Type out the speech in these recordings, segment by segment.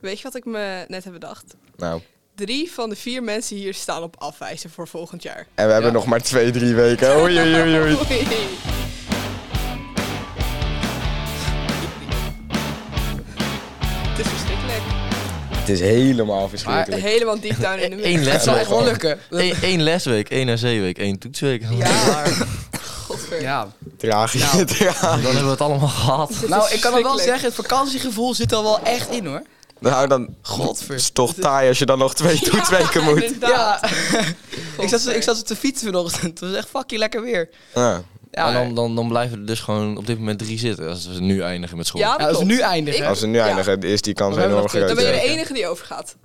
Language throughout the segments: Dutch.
Weet je wat ik me net heb bedacht? Nou, Drie van de vier mensen hier staan op afwijzen voor volgend jaar. en we hebben nog maar twee, drie weken. Oei, oei, oei, oei. Oei. Het is verschrikkelijk. Het is helemaal Maar verschrikkelijk. helemaal diep down in de Eén midden. les. Het zal echt wel lukken. Eén lesweek, één RC-week, één toetsweek. Ja, maar. Godver. Ja. Tragisch, Nou. Dan tragisch. hebben we het allemaal gehad. Dit Nou, is ik kan het wel verschrikkelijk. zeggen, het vakantiegevoel zit er wel echt in hoor. Nou, dan Godver. is toch taai als je dan nog twee toetsweken moet. Inderdaad. ik, zat, zo- Godver. ik zat op de fiets vanochtend. Het was echt fucking lekker weer. Ja. Ja, en dan, dan, dan blijven er dus gewoon op dit moment drie zitten. Als we nu eindigen met school. Ja, dat Ja, als we klopt. nu eindigen. Ik- Als we nu ja. eindigen, is die kans We hebben enorm nog twee- groot. Dan ben je de ja. enige die overgaat.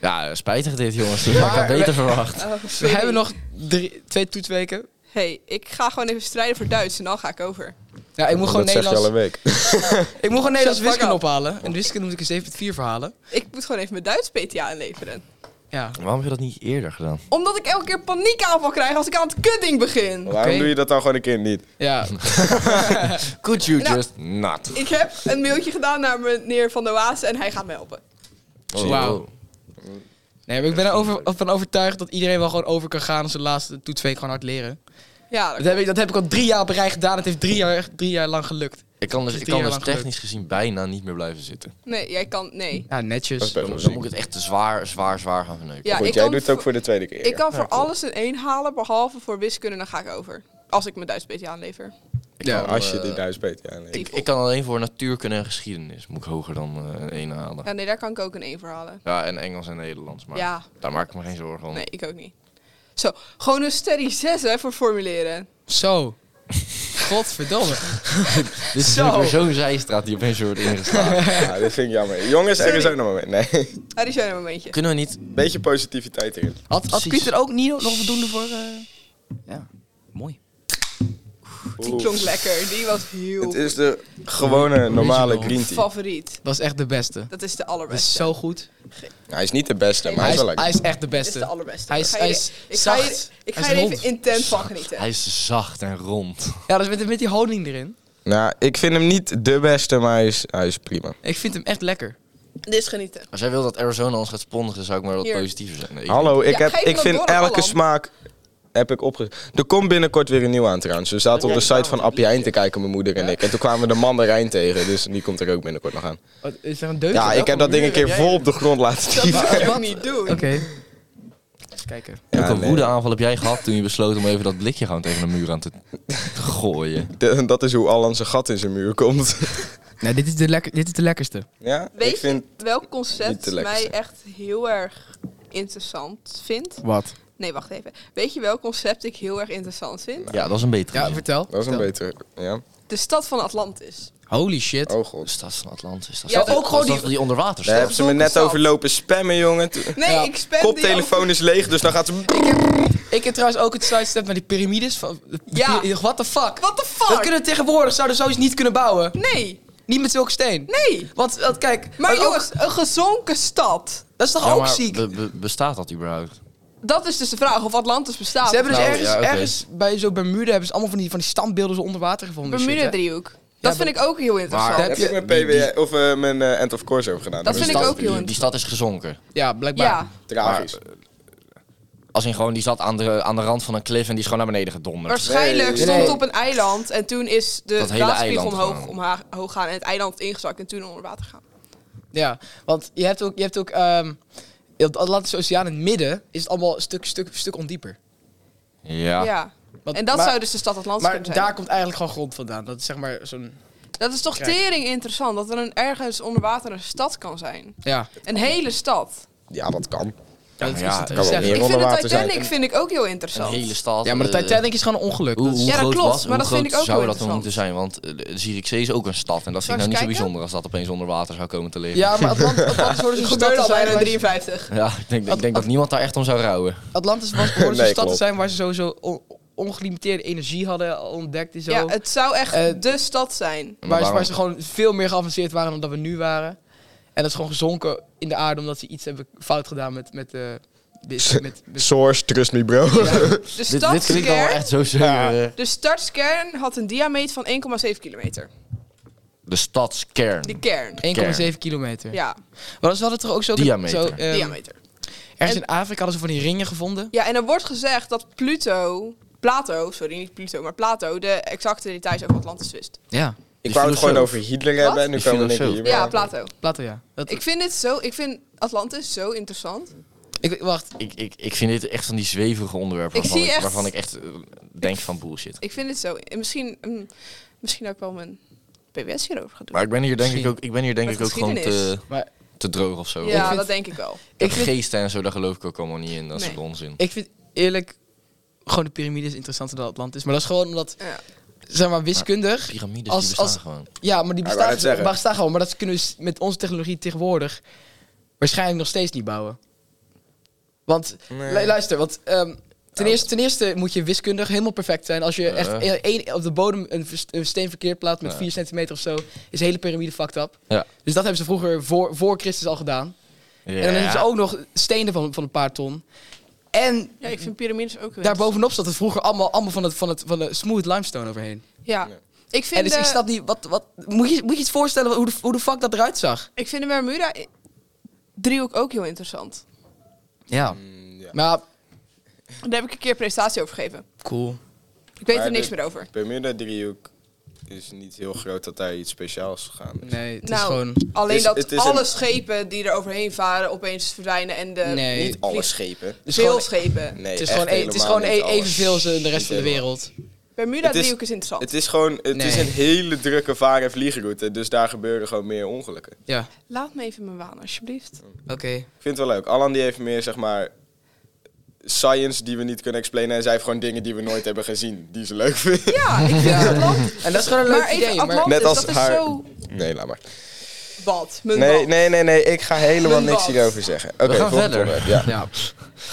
Ja, spijtig dit jongens. Dat had ik had Maar- beter verwacht. Oh, we sorry. hebben nog drie, twee toetsweken. hey, ik ga gewoon even strijden voor Duits en dan ga ik over. Ja, ik moet gewoon Dat zeg je al Nederlands, een week. ik moet gewoon Nederlands Shut the fuck wiskunde up. ophalen. En de wiskunde moet ik een 7.4 verhalen. Ik moet gewoon even mijn Duits PTA inleveren. Ja. Waarom heb je dat niet eerder gedaan? Omdat ik elke keer paniekaanval krijg als ik aan het kudding begin. Waarom Oké. doe je dat dan gewoon een keer niet? Ja. Could you Nou. just not? Ik heb een mailtje gedaan naar meneer Van der Waas en hij gaat me helpen. Oh, Wauw. Nee, maar ik ben ervan overtuigd dat iedereen wel gewoon over kan gaan als de laatste toetsweek gewoon hard leren. Ja, Dat dat- heb ik, dat heb ik al drie jaar op een rij gedaan. Het heeft drie jaar, echt drie jaar lang gelukt. Ik kan dus, Het ik is kan drie jaar dus lang gelukt. technisch gezien bijna niet meer blijven zitten. nee, jij kan, nee. Ja, Dat is netjes. best Dan, wel dan ziek. moet ik het echt te zwaar, zwaar, zwaar gaan verneuken. Ja, ik Goed, jij kan doet het ook voor- voor de tweede keer. Ik kan voor alles een 1 halen, behalve voor wiskunde, dan ga ik over. Als ik mijn Duits PTA aanlever. Ja, kan, Als je eh, die duizend beter aanlegt. ik, ik kan alleen voor natuurkunde en geschiedenis. Moet ik hoger dan eh, een 1 halen. Ja, nee, daar kan ik ook een 1 voor halen. Ja, en Engels en Nederlands. Maar Ja. daar maak ik me geen zorgen om. Nee, ik ook niet. Zo, gewoon een steady 6 hè, voor formuleren. Zo. Godverdomme. Dit is Zo. natuurlijk weer zo'n zijstraat die opeens wordt ingeslagen. Ja, dit vind ik jammer. Jongens, er is ook Sorry. nog een moment. Nee. Ah, die zijn er een momentje. Kunnen we niet... Beetje positiviteit erin. Had, had Precies. Pieter ook niet nog voldoende voor... eh, Ja, mooi. Die klonk lekker. Die was heel Het is de gewone normale green tea. favoriet. Dat is echt de beste. Dat is de Dat allerbeste. is zo goed. Hij is niet de beste, maar hij Hij is wel is, hij lekker. is echt de Dit is de beste. allerbeste. Hij is- Ik ga je- hij is ik ga je- zacht. Ik Hij ga is je er rond. even intens van genieten. Hij is zacht en rond. Ja, dat is met, met die honing erin. Nou, ik vind hem niet de beste, maar hij is, hij is prima. Ik vind hem echt lekker. Dit is genieten. Als jij wil dat Arizona ons gaat sponsoren, zou ik maar wat Hier. positiever zijn. Nee, ik- Hallo, Ja, ik, heb, geef ik hem vind door, elke Roland. smaak heb ik opge... Er komt binnenkort weer een nieuw aan trouwens. We zaten op de site van Appie Heijn te kijken, mijn moeder en ik. En toen kwamen we de mandarijn tegen, dus die komt er ook binnenkort nog aan. Oh, is er een deuk? Ja, ik heb dat ding een keer vol op de grond laten Dat stieven. mag je ook niet doen. Oké. Eens kijken. Welke Ja, nee. woedeaanval heb jij gehad toen je besloot om even dat blikje gewoon tegen de muur aan te gooien? De- Dat is hoe Alan zijn gat in zijn muur komt. Nou, dit is de, lekker, dit is de lekkerste. Ja, ik Weet vind... je welk niet concept de mij lekkerste. echt heel erg interessant vindt? Wat? Nee, wacht even. Weet je welk concept ik heel erg interessant vind? Ja, dat is een betere. Ja, Ja, vertel. Dat is een Vertel. betere. Ja. De stad van Atlantis. Holy shit. Oh god. Stad van Atlantis. Dat Ja, is dat- ook dat gewoon is dat die- die onder water Daar staat. hebben ze me net zat. over lopen spammen, jongen. Toen- Nee, Ja. ik spam Koptelefoon is leeg, dus dan gaat ze... Ik heb trouwens ook het sidestep met die piramides. Van, Ja. ja. What the fuck? Wat de fuck? We kunnen tegenwoordig, zouden we zoiets niet kunnen bouwen. Nee, Niet met zulke steen. nee. Want, want kijk, Maar want ook- jongens, een gezonken stad. dat is toch Ja, ook maar ziek? be- be- bestaat dat überhaupt? Dat is dus de vraag of Atlantis bestaat. Ze hebben dus Nou, ergens, ja, oké. ergens bij zo'n Bermuda hebben ze allemaal van die, van die standbeelden zo onder water gevonden. en shit, Bermuda hè? driehoek. maar- Dat vind ik ook heel interessant. Maar- Heb Heb ik je- mijn die- die- PW of eh, mijn eh, end of course over gedaan? Dat Die vind ik stad- ook heel die, die stad is gezonken. Ja, blijkbaar. Ja. Tragisch. Als in gewoon, die zat aan de, aan de rand van een cliff en die is gewoon naar beneden gedonderd. Waarschijnlijk Nee. stond Nee. het op een eiland en toen is de Dat hele waterspiegel eiland omhoog, gewoon. omha- omhoog gaan en het eiland ingezakt en toen onder water gaan. Ja, want je hebt ook, je hebt ook ehm, in de Atlantische Oceaan in het midden is het allemaal een stuk, stuk, stuk ondieper. Ja. Ja. Want- en dat maar, zou dus de stad Atlantis Maar kunnen zijn. daar komt eigenlijk gewoon grond vandaan. Dat is zeg maar zo'n... Dat is toch Kijk. tering interessant dat er een ergens onder water een stad kan zijn. Ja, Een hele stad. Ja, dat kan. dat maar is ja, het kan wel zeggen. meer. Ik onder vind de water zijn. Titanic vind ik ook heel Een interessant. hele stad. Ja, maar de eh, Titanic is gewoon een ongeluk. Hoe, Dat is- hoe Ja, dat groot klopt, was, maar dat hoe vind groot ik ook zou wel dat dan moeten zijn? Want eh, de Zierikzee is ook een stad. En dat vind ik Zal ik nou niet eens zo kijken? bijzonder als dat opeens onder water zou komen te liggen. Ja, maar Atlant Atlantis hoorde Het zo'n stad gebeurde te al zijn bijna waar ze- 53. Ja, ik denk, ik denk dat Ad- niemand daar echt om zou rouwen. Atlantis was hoorde zo'n Nee, stad te klopt. zijn waar ze sowieso on- ongelimiteerde energie hadden ontdekt en zo. Ja, het zou echt Eh, de stad zijn. waar, ze, Maar waarom- waar ze gewoon veel meer geavanceerd waren dan dat we nu waren. En dat is gewoon gezonken in de aarde omdat ze iets hebben fout gedaan met... met, eh, wis- met, met, Source, trust me bro. De Dit, dit klinkt dan wel stadskern, eh, echt zo zeuren. de stadskern had een diameter van 1,7 kilometer. De stadskern. Die kern. 1,7 kilometer. Ja, Maar dat is- ze hadden toch ook zo... Diameter. zo, ehm, diameter. Ergens in Afrika hadden ze van die ringen gevonden. Ja, en er wordt gezegd dat Pluto, Plato, sorry, niet Pluto, maar Plato, de exacte details over Atlantis wist. Ja, Ik Die wou het gewoon filosoof. over Hitler hebben en nu Die komen we filosoof. hierbij. Ja, Plato. Plato ja. Dat, Ik ik, vind dit zo, ik vind Atlantis zo interessant. wacht, Ik, ik, ik vind dit echt van die zwevige onderwerpen Ik waarvan, zie echt- waarvan ik echt eh, denk van bullshit. Ik vind dit zo, en misschien, mm, misschien ook wel mijn PBS hierover gaan doen. Maar ik ben hier denk ik Misschien. ook, ik ben hier denk Met ik ook gewoon te, geschiedenis. maar te droog of zo. ja, ik vind- dat denk ik wel. Ik ik vind- geesten en zo, daar geloof ik ook allemaal niet in. Dat is Nee. onzin. ik vind eerlijk... Gewoon de piramides interessanter dan Atlantis. Maar dat is gewoon omdat, Ja. zeg maar, wiskundig... Piramides Als- die bestaan als- gewoon. Ja, maar die Ja, ik wou bestaan, net zeggen. bestaan gewoon. Maar dat kunnen we s- met onze technologie tegenwoordig waarschijnlijk nog steeds niet bouwen. Want, Nee. lu- luister, want ehm, ten, eerste, ten eerste moet je wiskundig helemaal perfect zijn. Als je Eh. echt e- één op de bodem een, vers- een steen verkeerd plaatst met Ja. 4 centimeter of zo, is de hele piramide fucked up. Ja. Dus dat hebben ze vroeger voor, voor Christus al gedaan. En dan hebben ze ook nog stenen van, van een paar ton. En ja, ik vind piramides ook wel. daarbovenop zat het vroeger allemaal, allemaal van, het, van, het, van de smooth limestone overheen. Ja. Ik vind, eh, En dus de- ik snap niet, wat, wat, moet, je, moet je het voorstellen hoe de, hoe de fuck dat eruit zag? ik vind de Bermuda i- driehoek ook heel interessant. Ja. Mm, ja. Maar Daar heb ik een keer een presentatie over gegeven. Nou, cool. Ik weet Maar er niks de- meer over. Bermuda driehoek is niet heel groot dat daar iets speciaals gegaan is. Nee, het is Nou, gewoon. Alleen Het is- dat het is alle een- schepen die er overheen varen opeens verdwijnen en de Nee. Niet alle schepen. Het is veel gewoon- schepen. Nee, Het is echt gewoon, e- het is helemaal gewoon niet e- alles. evenveel als eh, de Niet rest van de helemaal. wereld. Bermuda Het is- driehoek is interessant. Het is gewoon het is Nee. een hele drukke vaar- en vliegroute, dus daar gebeuren gewoon meer ongelukken. Ja, Laat me even mijn waan, alsjeblieft. oké. Ik vind het wel leuk. Alan die heeft meer, zeg maar, science die we niet kunnen explainen. En zij heeft gewoon dingen die we nooit hebben gezien, die ze leuk vindt. Ja, ik vind Ja. Atlant- En dat is gewoon een leuk maar even idee. Maar Atlantis, Net als dat haar- is zo Nee, laat maar. wat. Mijn Nee, wat. nee, nee, nee. Ik ga helemaal Mijn niks bad. hierover zeggen. Oké, gaan volgende verder. onderwerp, Ja. Eh, ja.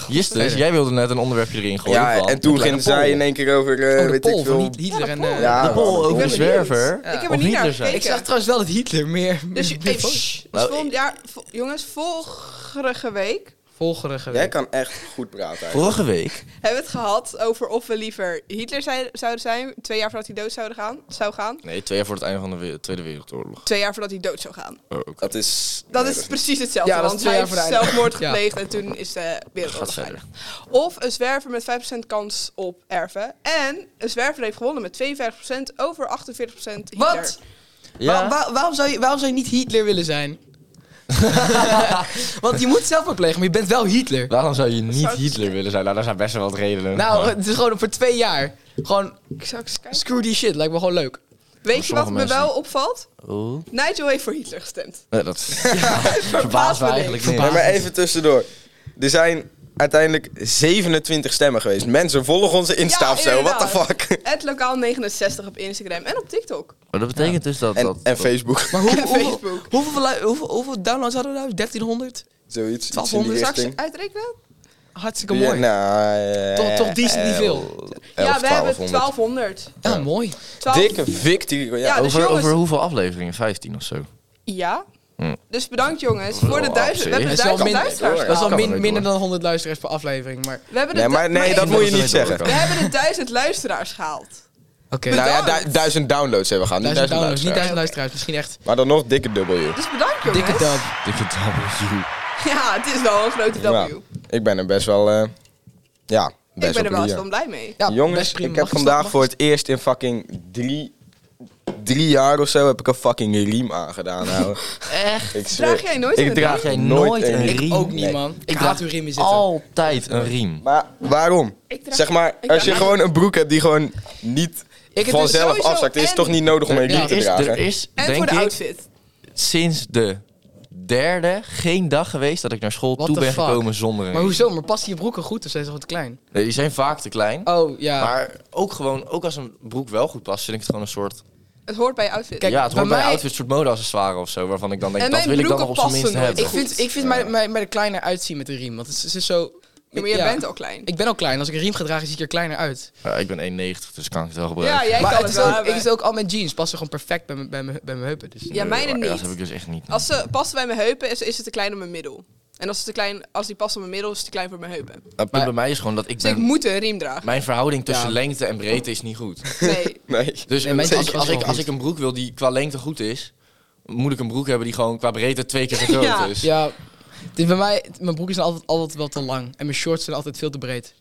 Justus, Verder. jij wilde net een onderwerpje erin gooien. ja, van- en toen Kleine ging zij Paul. in één keer over, eh, Oh, de weet pol ik van veel... Niet- Hitler Ja, de en. pol. eh, Ja, De Paul man, over ik de ben benieuwd. zwerver. Ik heb Of er niet naar Hitler zijn. gekeken. Ik zag trouwens wel dat Hitler meer. Dus je, meer hey, voor- shh, dus Nou, volgend jaar, vo- jongens, vorige week Volgerige Jij week. kan echt goed praten eigenlijk. Vorige week. hebben we het gehad over of we liever Hitler zij- zouden zijn, twee jaar voordat hij dood zouden gaan, zou gaan. Nee, twee jaar voor het einde van de we- Tweede Wereldoorlog. Twee jaar voordat hij dood zou gaan. Oh, oké. Dat is... Dat nee, is precies hetzelfde, Ja, dat is want twee hij jaar heeft voor de zelfmoord Ja. gepleegd en toen is de wereldoorlog Gaat verder. geëindigd. Of een zwerver met 5% kans op erven. En een zwerver heeft gewonnen met 52% over 48% Hitler. Wat? Waar- Ja. waar- waarom, zou je, waarom zou je niet Hitler willen zijn? Want je moet zelfmoord plegen, maar je bent wel Hitler. Waarom zou je niet zou- Hitler willen zijn? Nou, daar zijn best wel wat redenen. Nou, Maar- het is gewoon voor twee jaar. Gewoon Ik zou eens kijken. screw die shit, lijkt me gewoon leuk. Weet je wat me mensen. wel opvalt? Oh. Nigel heeft voor Hitler gestemd. Nee, dat verbaast me niks. eigenlijk niet. Nee, maar even tussendoor. Er zijn uiteindelijk 27 stemmen geweest. Mensen volgen onze Insta Ja, of zo. What the inderdaad. fuck? Het lokaal 69 op Instagram en op TikTok. Maar dat betekent dus dat... En, dat, en dat- Facebook. Maar hoe, En hoeveel- Facebook. Hoeveel, lu- hoeveel, hoeveel downloads hadden we nou? 1300? Zoiets. iets in die 1200 Straks richting. uitrekenen? Hartstikke mooi. Ja, nou, eh, Toch- toch decent niet veel. ja, we hebben 1200. 1200. Ja, mooi. 12 Dikke victory. Ja, Ja, dus over, jongens- over hoeveel afleveringen? 15 of zo? Ja. Hm. Dus bedankt jongens Oh, voor de duizend. We hebben op Dat is wel duizend minder, luisteraars. dat is wel Kan min- er niet minder dan 100 luisteraars per aflevering. Maar We hebben de nee, du- maar nee, maar dat ik- moet je dat niet weet ik zeggen. We hebben de duizend luisteraars gehaald. oké. Nou ja, Bedankt. du- duizend downloads hebben we gehad. Niet duizend duizend downloads, niet luisteraars. duizend luisteraars. Misschien echt Maar dan nog dikke W. Dus bedankt jongens. dikke dub. Dikke W. Ja, het is wel een grote W. Ja. Ik ben er best wel... eh, ja, best ik ben er wel blij eens aan. van blij mee. Ja, Jongens, best prima. ik Mag heb je vandaag stappen? voor het eerst in fucking drie, drie jaar of zo heb ik een fucking riem aangedaan. Nou, Echt? ik Draag jij nooit ik een draag riem? nooit een Ik riem. Ook niet, Nee. man. Ik Ik haat draag uw riemen zitten. Altijd een riem. Maar waarom? Ik draag- Zeg maar, ik als je draag- gewoon een broek hebt die gewoon niet heb dus vanzelf sowieso afzakt, is het en- toch niet nodig om een Ja, riem Er te is, er dragen? is En voor denk de ik, outfit. sinds de derde geen dag geweest dat ik naar school What toe the ben fuck? gekomen zonder een Maar riem. hoezo? Maar past die broeken goed of zijn ze gewoon te klein? Nee, die zijn vaak te klein. Oh, ja. Maar ook gewoon, ook als een broek wel goed past, vind ik het gewoon een soort... Het hoort bij je outfit. Kijk, ja, het hoort bij bij mij- outfit, een soort modeaccessoire of zo, waarvan ik dan denk, En dat mijn wil ik dan nog broeken op zijn minst passen hebben. ik nooit. vind, ik vind mij, mij, mij er kleiner uitzien met een riem. Want het is, het is zo... Ja, maar jij ja. bent al klein. Ik ben al klein. Als ik een riem ga dragen, zie ik er kleiner uit. Ja, ik ben 1,90, dus kan ik het wel gebruiken. ja, jij maar kan het het is, wel ook, ik hebben. is ook al mijn jeans passen gewoon perfect bij mijn, bij mijn, bij mijn heupen. Dus. Ja, mijne maar Ja, dat niet. heb ik dus echt niet. Als ze passen bij mijn heupen, is, is het te klein om mijn middel. En als, het te klein, als die past op mijn middel, is het te klein voor mijn heupen. Het punt bij mij is gewoon dat ik Dus ik ben... moet een riem dragen. Mijn verhouding tussen Ja. lengte en breedte is niet goed. Nee. Nee. Dus Nee, mijn als, is als, wel ik, als goed. ik een broek wil die qua lengte goed is, moet ik een broek hebben die gewoon qua breedte twee keer zo groot Ja. is. Ja, het is bij mij, mijn broeken zijn altijd, altijd wel te lang. En mijn shorts zijn altijd veel te breed.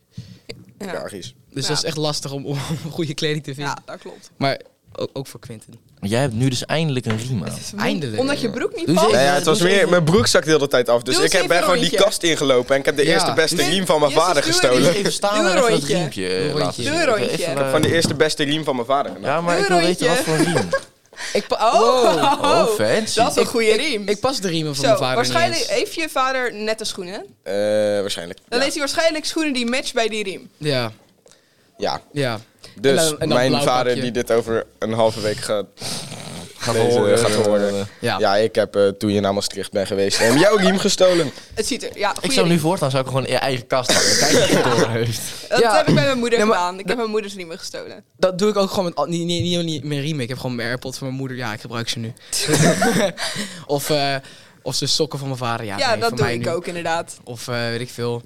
Ja. Tragisch. Dus Ja. dat is echt lastig om, om goede kleding te vinden. ja, dat klopt. Maar ook, ook voor Quinten. Maar jij hebt nu dus eindelijk een riem aan. Oh, Eindelijk. Omdat je broek niet Dus past. ik- Nou ja, doe het was eens meer, even- mijn broek zakt de hele tijd af. Dus Doe ik eens heb even ben een gewoon die rondje. kast ingelopen en ik heb de Ja. eerste beste Doe- riem van mijn Jezus, vader doe een gestolen. rondje. Dus Even staan Doe en een even dat rondje. Doe riempje een laten zien. rondje. Doe een Even, rondje. eh, Van de eerste beste riem van mijn vader genomen. Ja, maar Doe ik een wil weten wat rondje. voor riem. Ik pa- wow. Oh, Oh, fancy. dat is een Ik- goede riem. Ik pas de riemen van Zo, mijn vader waarschijnlijk niet eens. heeft je vader nette schoenen. Eh, waarschijnlijk. Dan Ja. heeft hij waarschijnlijk schoenen die matchen bij die riem. Ja, Ja. ja. Dus En dan- en dan mijn blauw vader pakje. die dit over een halve week gaat, Gaat lezen, horen, gaat eh, horen. eh, Ja. Ja, ik heb eh, toen je naar Maastricht bent geweest, heb jouw riem gestolen. Het ziet er, ja, Ik goede zou riem. nu voortaan zou ik gewoon in je eigen kast houden. Kijk wat je door heeft. Dat Ja. heb ik bij mijn moeder Nee, maar- gedaan. Ik heb mijn moeders riemen gestolen. Dat doe ik ook gewoon met al- niet, niet, niet, niet mijn riemen. Ik heb gewoon mijn AirPods van mijn moeder. Ja, ik gebruik ze nu. of, eh, of de sokken van mijn vader. Ja, Ja, nee, van dat doe mij ik nu. ook inderdaad. Of eh, weet ik veel.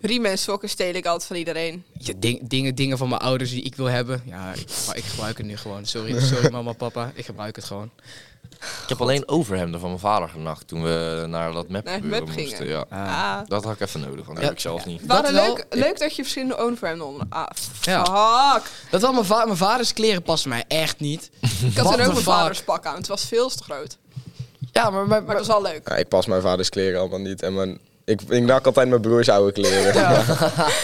Riemen en sokken steel ik altijd van iedereen. Ja, ding- dingen, dingen van mijn ouders die ik wil hebben. Ja, ik, maar ik gebruik het nu gewoon. Sorry, sorry mama, papa. Ik gebruik het gewoon. Ik heb alleen overhemden van mijn vader genacht toen we naar dat map, Naar het gebeuren map moesten. gingen. Ja. Ah. Dat had ik even nodig, want dat Ja. heb ik zelf niet. Wat wel. leuk, leuk dat je verschillende overhemden onder... Ah, Ja. fuck. Dat wel, mijn, va- mijn vaders kleren passen mij echt niet. Ik had What er ook the mijn fuck? vaders pak aan. Het was veel te groot. Ja, maar, maar, Maar het was wel leuk. Ja, ik pas mijn vaders kleren allemaal niet. En mijn, ik, ik nak altijd mijn broers oude kleren.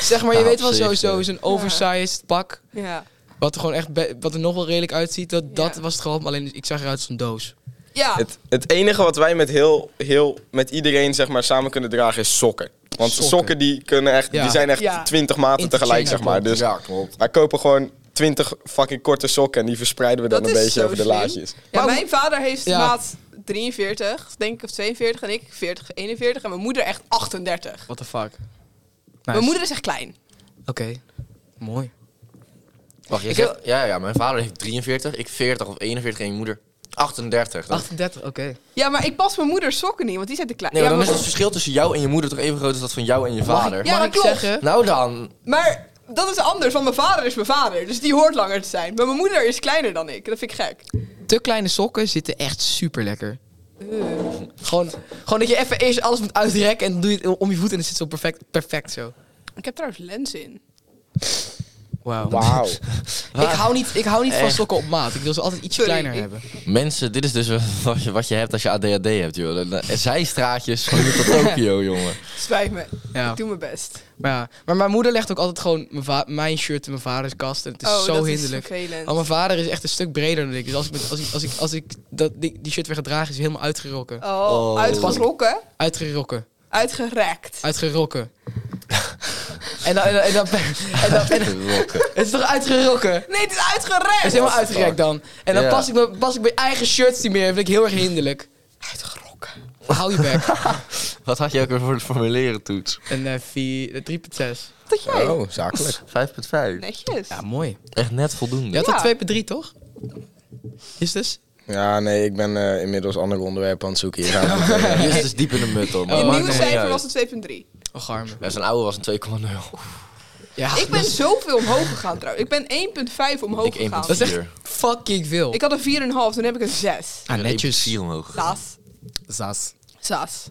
zeg maar, je Ja, weet wel op zich, sowieso, eh. zo'n oversized pak. Ja. Wat er gewoon echt, be- wat er nog wel redelijk uitziet. Dat, dat Ja. was het gewoon. Alleen ik zag eruit als een doos. Ja. Het, het enige wat wij met, heel, heel, met iedereen zeg maar, samen kunnen dragen is sokken. Want Sokken. sokken, die, kunnen echt, Ja. die zijn echt Ja. 20 maten tegelijk, zeg maar. Dus ja, klopt. wij kopen gewoon 20 fucking korte sokken en die verspreiden we dan Dat een is beetje zo over de slim. laadjes. Ja, Maar- mijn vader heeft Ja. maat 43, denk ik, of 42. En ik 40, 41. En mijn moeder echt 38. What the fuck. Mijn moeder is echt klein. Oké. Mooi. Wacht, jij Ik zegt, ja, ja, mijn vader heeft 43, ik 40 of 41 en je moeder 38. Dan- 38, oké. Ja, maar ik pas mijn moeders sokken niet, want die zijn te klein. Nee, maar ja, dan is maar- het verschil tussen jou en je moeder toch even groot als dat van jou en je vader. Ja, Mag dat ik klopt. zeggen? Nou dan. Maar dat is anders, want mijn vader is mijn vader. Dus die hoort langer te zijn. Maar mijn moeder is kleiner dan ik. Dat vind ik gek. Te kleine sokken zitten echt super lekker. Eh. Gewoon, gewoon dat je even eerst alles moet uitrekken en dan doe je het om je voet en het zit zo perfect, perfect zo. Ik heb trouwens lens in. Wauw. Wauw. Ik hou niet, ik hou niet van Echt. sokken op maat. Ik wil ze altijd ietsje Sorry, kleiner ik- hebben. Mensen, dit is dus wat je, wat je hebt als je ADHD hebt, joh. De- de- Zijstraatjes van hier tot Tokio, jongen. Spijt me. Ja. Ik doe mijn best. Maar, ja. maar mijn moeder legt ook altijd gewoon mijn, va- mijn shirt in mijn vaders kast. En het is oh, zo dat hinderlijk. is vervelend. Want mijn vader is echt een stuk breder dan ik. Dus als ik, met- als ik, als ik, als ik dat, die, die shirt weer ga dragen, is hij helemaal uitgerokken. Oh, Oh. uitgerokken. Uitgerokken. Uitgerekt. Uitgerokken. en dan... En dan, en dan, en dan- en dan- Rokken. het is toch uitgerokken? Nee, het is Het is uitgerekt. helemaal uitgerekt dan. En dan Ja. pas, ik mijn, pas ik mijn eigen shirts niet meer. Dat vind ik heel erg hinderlijk. Uitgerokken. Hou je bek. Wat had je ook weer voor de formulieren toets? Een eh, vier- eh, 3.6. Dat jij. Oh, zakelijk. 5.5. Netjes. ja, mooi. Echt net voldoende. Je had Ja. er 2.3, toch? Is dus? Ja, nee, ik ben eh, inmiddels andere onderwerpen aan het zoeken. Hier gaan we het, eh, Dit is dus diep in de mut, hoor. maar Je Oh, maakt nieuwe het niet cijfer uit. was een 2,3. Och, arme. Ja, zijn oude was een 2,0. Ja, Ik ben zoveel omhoog gegaan trouwens. Ik ben 1,5 omhoog Ik gegaan. 1,4. Dat is echt Vier. fucking veel. Ik had een 4,5, toen heb ik een 6. ah, netjes. Hier omhoog. Saas. Zas. Saas.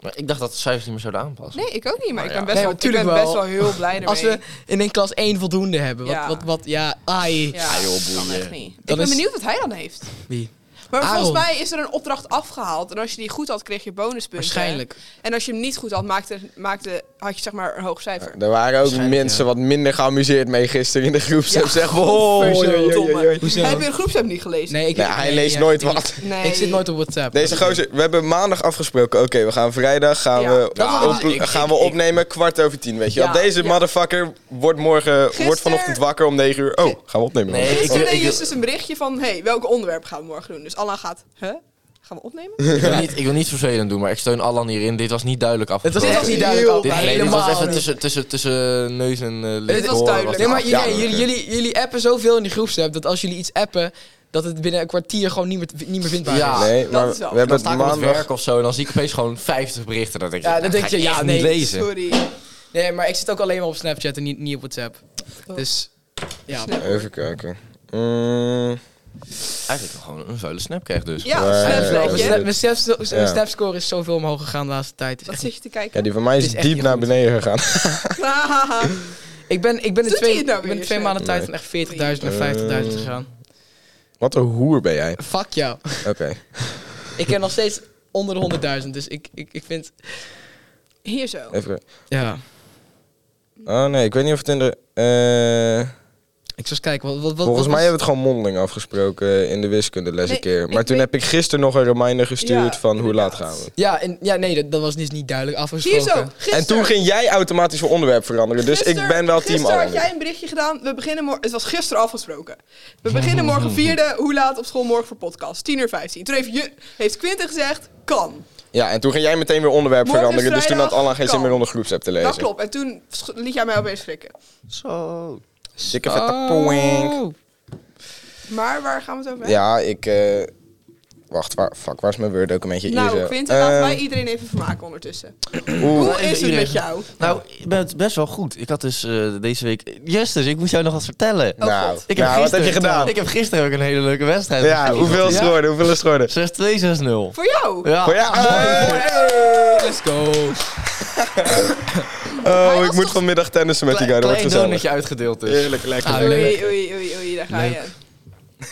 Maar ik dacht dat de cijfers niet meer zouden aanpassen. Nee, ik ook niet, maar ik ja. ben best, Oh Nee, wel, ik ben natuurlijk wel. best wel heel blij ermee. Als we in één klas één voldoende hebben. Wat, Ja. wat, wat, ja, ai. Ja, Ah, joh, kan boeien. echt niet. Ik Dat ben is- benieuwd wat hij dan heeft. Wie? Maar Aaron. volgens mij is er een opdracht afgehaald. En als je die goed had, kreeg je bonuspunten. Waarschijnlijk. En als je hem niet goed had, maakte, maakte, had je zeg maar een hoog cijfer. er waren ook Waarschijnlijk, mensen wat minder geamuseerd mee gisteren in de groepsapp. Ja, zeg, wow, godverdomme. joi, joi, joi. Hoezo? Heb je de groepsapp niet gelezen? Nee, ik Nee, hij leest nooit wat. Nee. Ik zit nooit op WhatsApp. Deze gozer, we hebben maandag afgesproken. Oké, we gaan vrijdag gaan Ja. we, Dat op- was- ik- gaan ik- we ik- opnemen kwart over tien, weet je wel. Ja, Deze ja. motherfucker wordt morgen, wordt vanochtend wakker om negen uur. Oh, gaan we opnemen. Nee, Gisteren ik- deed ik- Justus een berichtje van, hey, welk onderwerp gaan we morgen doen? Dus Allan gaat, huh? Gaan we opnemen? Ik, wil niet, ik wil niet vervelend doen, maar ik steun Allan hierin. Dit was niet duidelijk Het was afgesproken. echt niet heel duidelijk. Dit, altijd. nee, dit was Helemaal even niet. tussen, tussen, tussen neus en eh lip was door. duidelijk. Nee, maar Ja, jullie, oké. jullie, jullie, jullie appen zoveel in die groepsapp dat als jullie iets appen, dat het binnen een kwartier gewoon niet meer, niet meer vindbaar Ja. is. nee, dat maar is wel- we hebben Dan het sta ik op het maandag... werk of zo en dan zie ik opeens gewoon 50 berichten. Dan denk je, Ja, ja, dan dat denk denk je, je, ja, nee. niet lezen. Sorry. Nee, maar ik zit ook alleen maar op Snapchat en niet, niet op WhatsApp. Dus ja. Even kijken. Mm, Eigenlijk gewoon een vuile snap krijg dus. Ja, Maar- snap Ja, weet ja, je. Mijn snap- Ja. mijn snapscore is zoveel omhoog gegaan de laatste tijd. Het is Wat echt zit je te kijken? ja, die van mij Het is is echt diep niet naar goed. beneden gegaan. Hahaha. niet- Ik ben, ik ben in Doet twee, hij het nou ik ben in weer, twee Sven? maanden tijd Nee. van echt 40.000 naar 50.000 gegaan. Wat een hoer ben jij. Fuck jou. Oké. Ik heb nog steeds onder de 100.000, dus ik, ik, ik vind... Hier zo. Even. Ja. Oh nee, ik weet niet of het in de. eh, Ik zal eens kijken, wat, wat, wat, volgens wat mij was- hebben we het gewoon mondeling afgesproken eh, in de wiskundeles Nee, een keer. ik Maar toen weet- heb ik gisteren nog een reminder gestuurd Ja, van hoe laat inderdaad. gaan we. Ja, en, ja nee, dat, dat was dus niet duidelijk afgesproken. Hier zo. Gisteren. En toen ging jij automatisch van onderwerp veranderen. Dus ik ben wel team Gisteren had jij Arne. een berichtje gedaan. We beginnen morgen. Het was gisteren afgesproken. We beginnen morgen vierde. Hoe laat op school morgen voor podcast? 10 uur 15. Toen heeft, je, heeft Quinten gezegd, kan. Ja, en toen ging jij meteen weer onderwerp Morgen is veranderen. Dus toen had vrijdag, Allan geen zin kan. meer om de groepsapp te lezen. Dat klopt. En toen sch- liet jij mij opeens schrikken. Zo. Dikke vette Oh. Oh. poink. Maar waar gaan we het over hebben? Ja, ik... eh, wacht, waar, fuck, waar is mijn Word documentje? Hier Nou, zo. Quinten, Ehm, laten wij iedereen even vermaken ondertussen. oeh, Hoe is het iedereen. met jou? Nou, ik ben het best wel goed. Ik had dus eh, deze week... Justus, ik moet jou nog wat vertellen. Oh, nou, God. Ik nou, wat heb je gisteren- gedaan? Ik heb gisteren ook een hele leuke wedstrijd. Ja, hoeveel Oh is het geworden? Hoeveel is het geworden? 6-2, 6-0. Voor jou? Ja. Voor jou? ah, Let's go. Hij Oh, was ik moet toch- vanmiddag tennissen met die guy. Klein, Dat wordt gezellig. klein donutje uitgedeeld dus. Heerlijk, lekker. Ah, Oei, oei, oei, oei, daar ga Leuk. je. Ik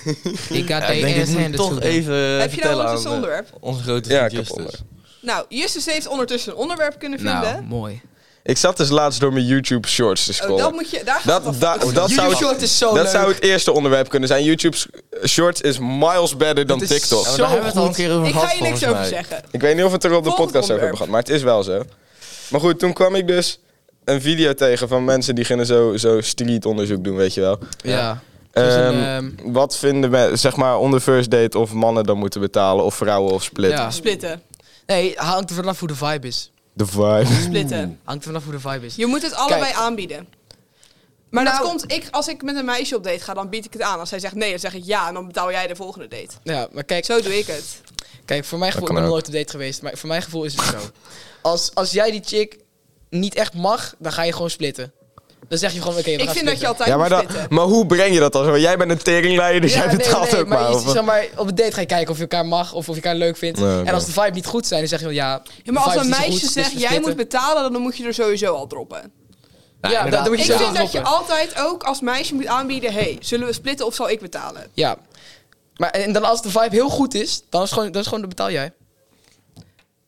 ga Ja, ik denk, ik moet tegen toch Heb even je nou vertellen ondertussen aan eh, onderwerp? onze grote Ja, vriend ik heb Justus. onderwerp. Nou, Justus heeft ondertussen een onderwerp kunnen vinden. Nou, mooi. Ik zat dus laatst door mijn YouTube Shorts te oh, dat scrollen. moet je, daar gaat Dat, het da- over. dat, zou, YouTube het, Short is zo dat Oh, leuk. zou het eerste onderwerp kunnen zijn. YouTube s- Shorts is miles better dan Dat is TikTok. Ja, maar Zo daar hebben we het al een goed. keer over Ik gehad ga je niks volgens over mij. zeggen. Ik weet niet of we het er op de Volgend podcast over onderwerp. hebben gehad, maar het is wel zo. Maar goed, toen kwam ik dus een video tegen van mensen die gingen zo, zo streetonderzoek doen, weet je wel. Ja. Dus een, Ehm, wat vinden we, zeg maar, onder first date of mannen dan moeten betalen, of vrouwen of split? Ja. Splitten. Nee, hangt er vanaf hoe de vibe is. De vibe. Splitten. Hangt er vanaf hoe de vibe is. Je moet het allebei Kijk. aanbieden. Maar Nou- dat komt, ik, als ik met een meisje op date ga, dan bied ik het aan. Als zij zegt nee, dan zeg ik ja en dan betaal jij de volgende date. Ja, maar kijk, Zo doe ik het. kijk voor mijn gevoel, ik kan ben nog ook. nooit op date geweest, maar voor mijn gevoel is het zo. Als, als jij die chick niet echt mag, dan ga je gewoon splitten. Dan zeg je gewoon, oké, we Ik gaan vind dat je splitten. altijd Ja, maar, moet dan, splitten. maar hoe breng je dat dan? Want jij bent een teringleider, dus jij nee, betaalt nee, ook maar. je- of- zeg maar op een date ga je kijken of je elkaar mag of of je elkaar leuk vindt. Nee, nee. En als de vibe niet goed zijn, dan zeg je wel ja. Ja, maar als de een vibe is niet meisje goed, dus zegt we jij splitten. moet betalen, dan moet je er sowieso al droppen. Ja, Ja, dat, dat moet Ik je vind zelf dat je droppen. altijd ook als meisje moet aanbieden, hey, zullen we splitten of zal ik betalen? Ja. Maar en en dan als de vibe heel goed is, dan is gewoon, dan is gewoon dan betaal jij.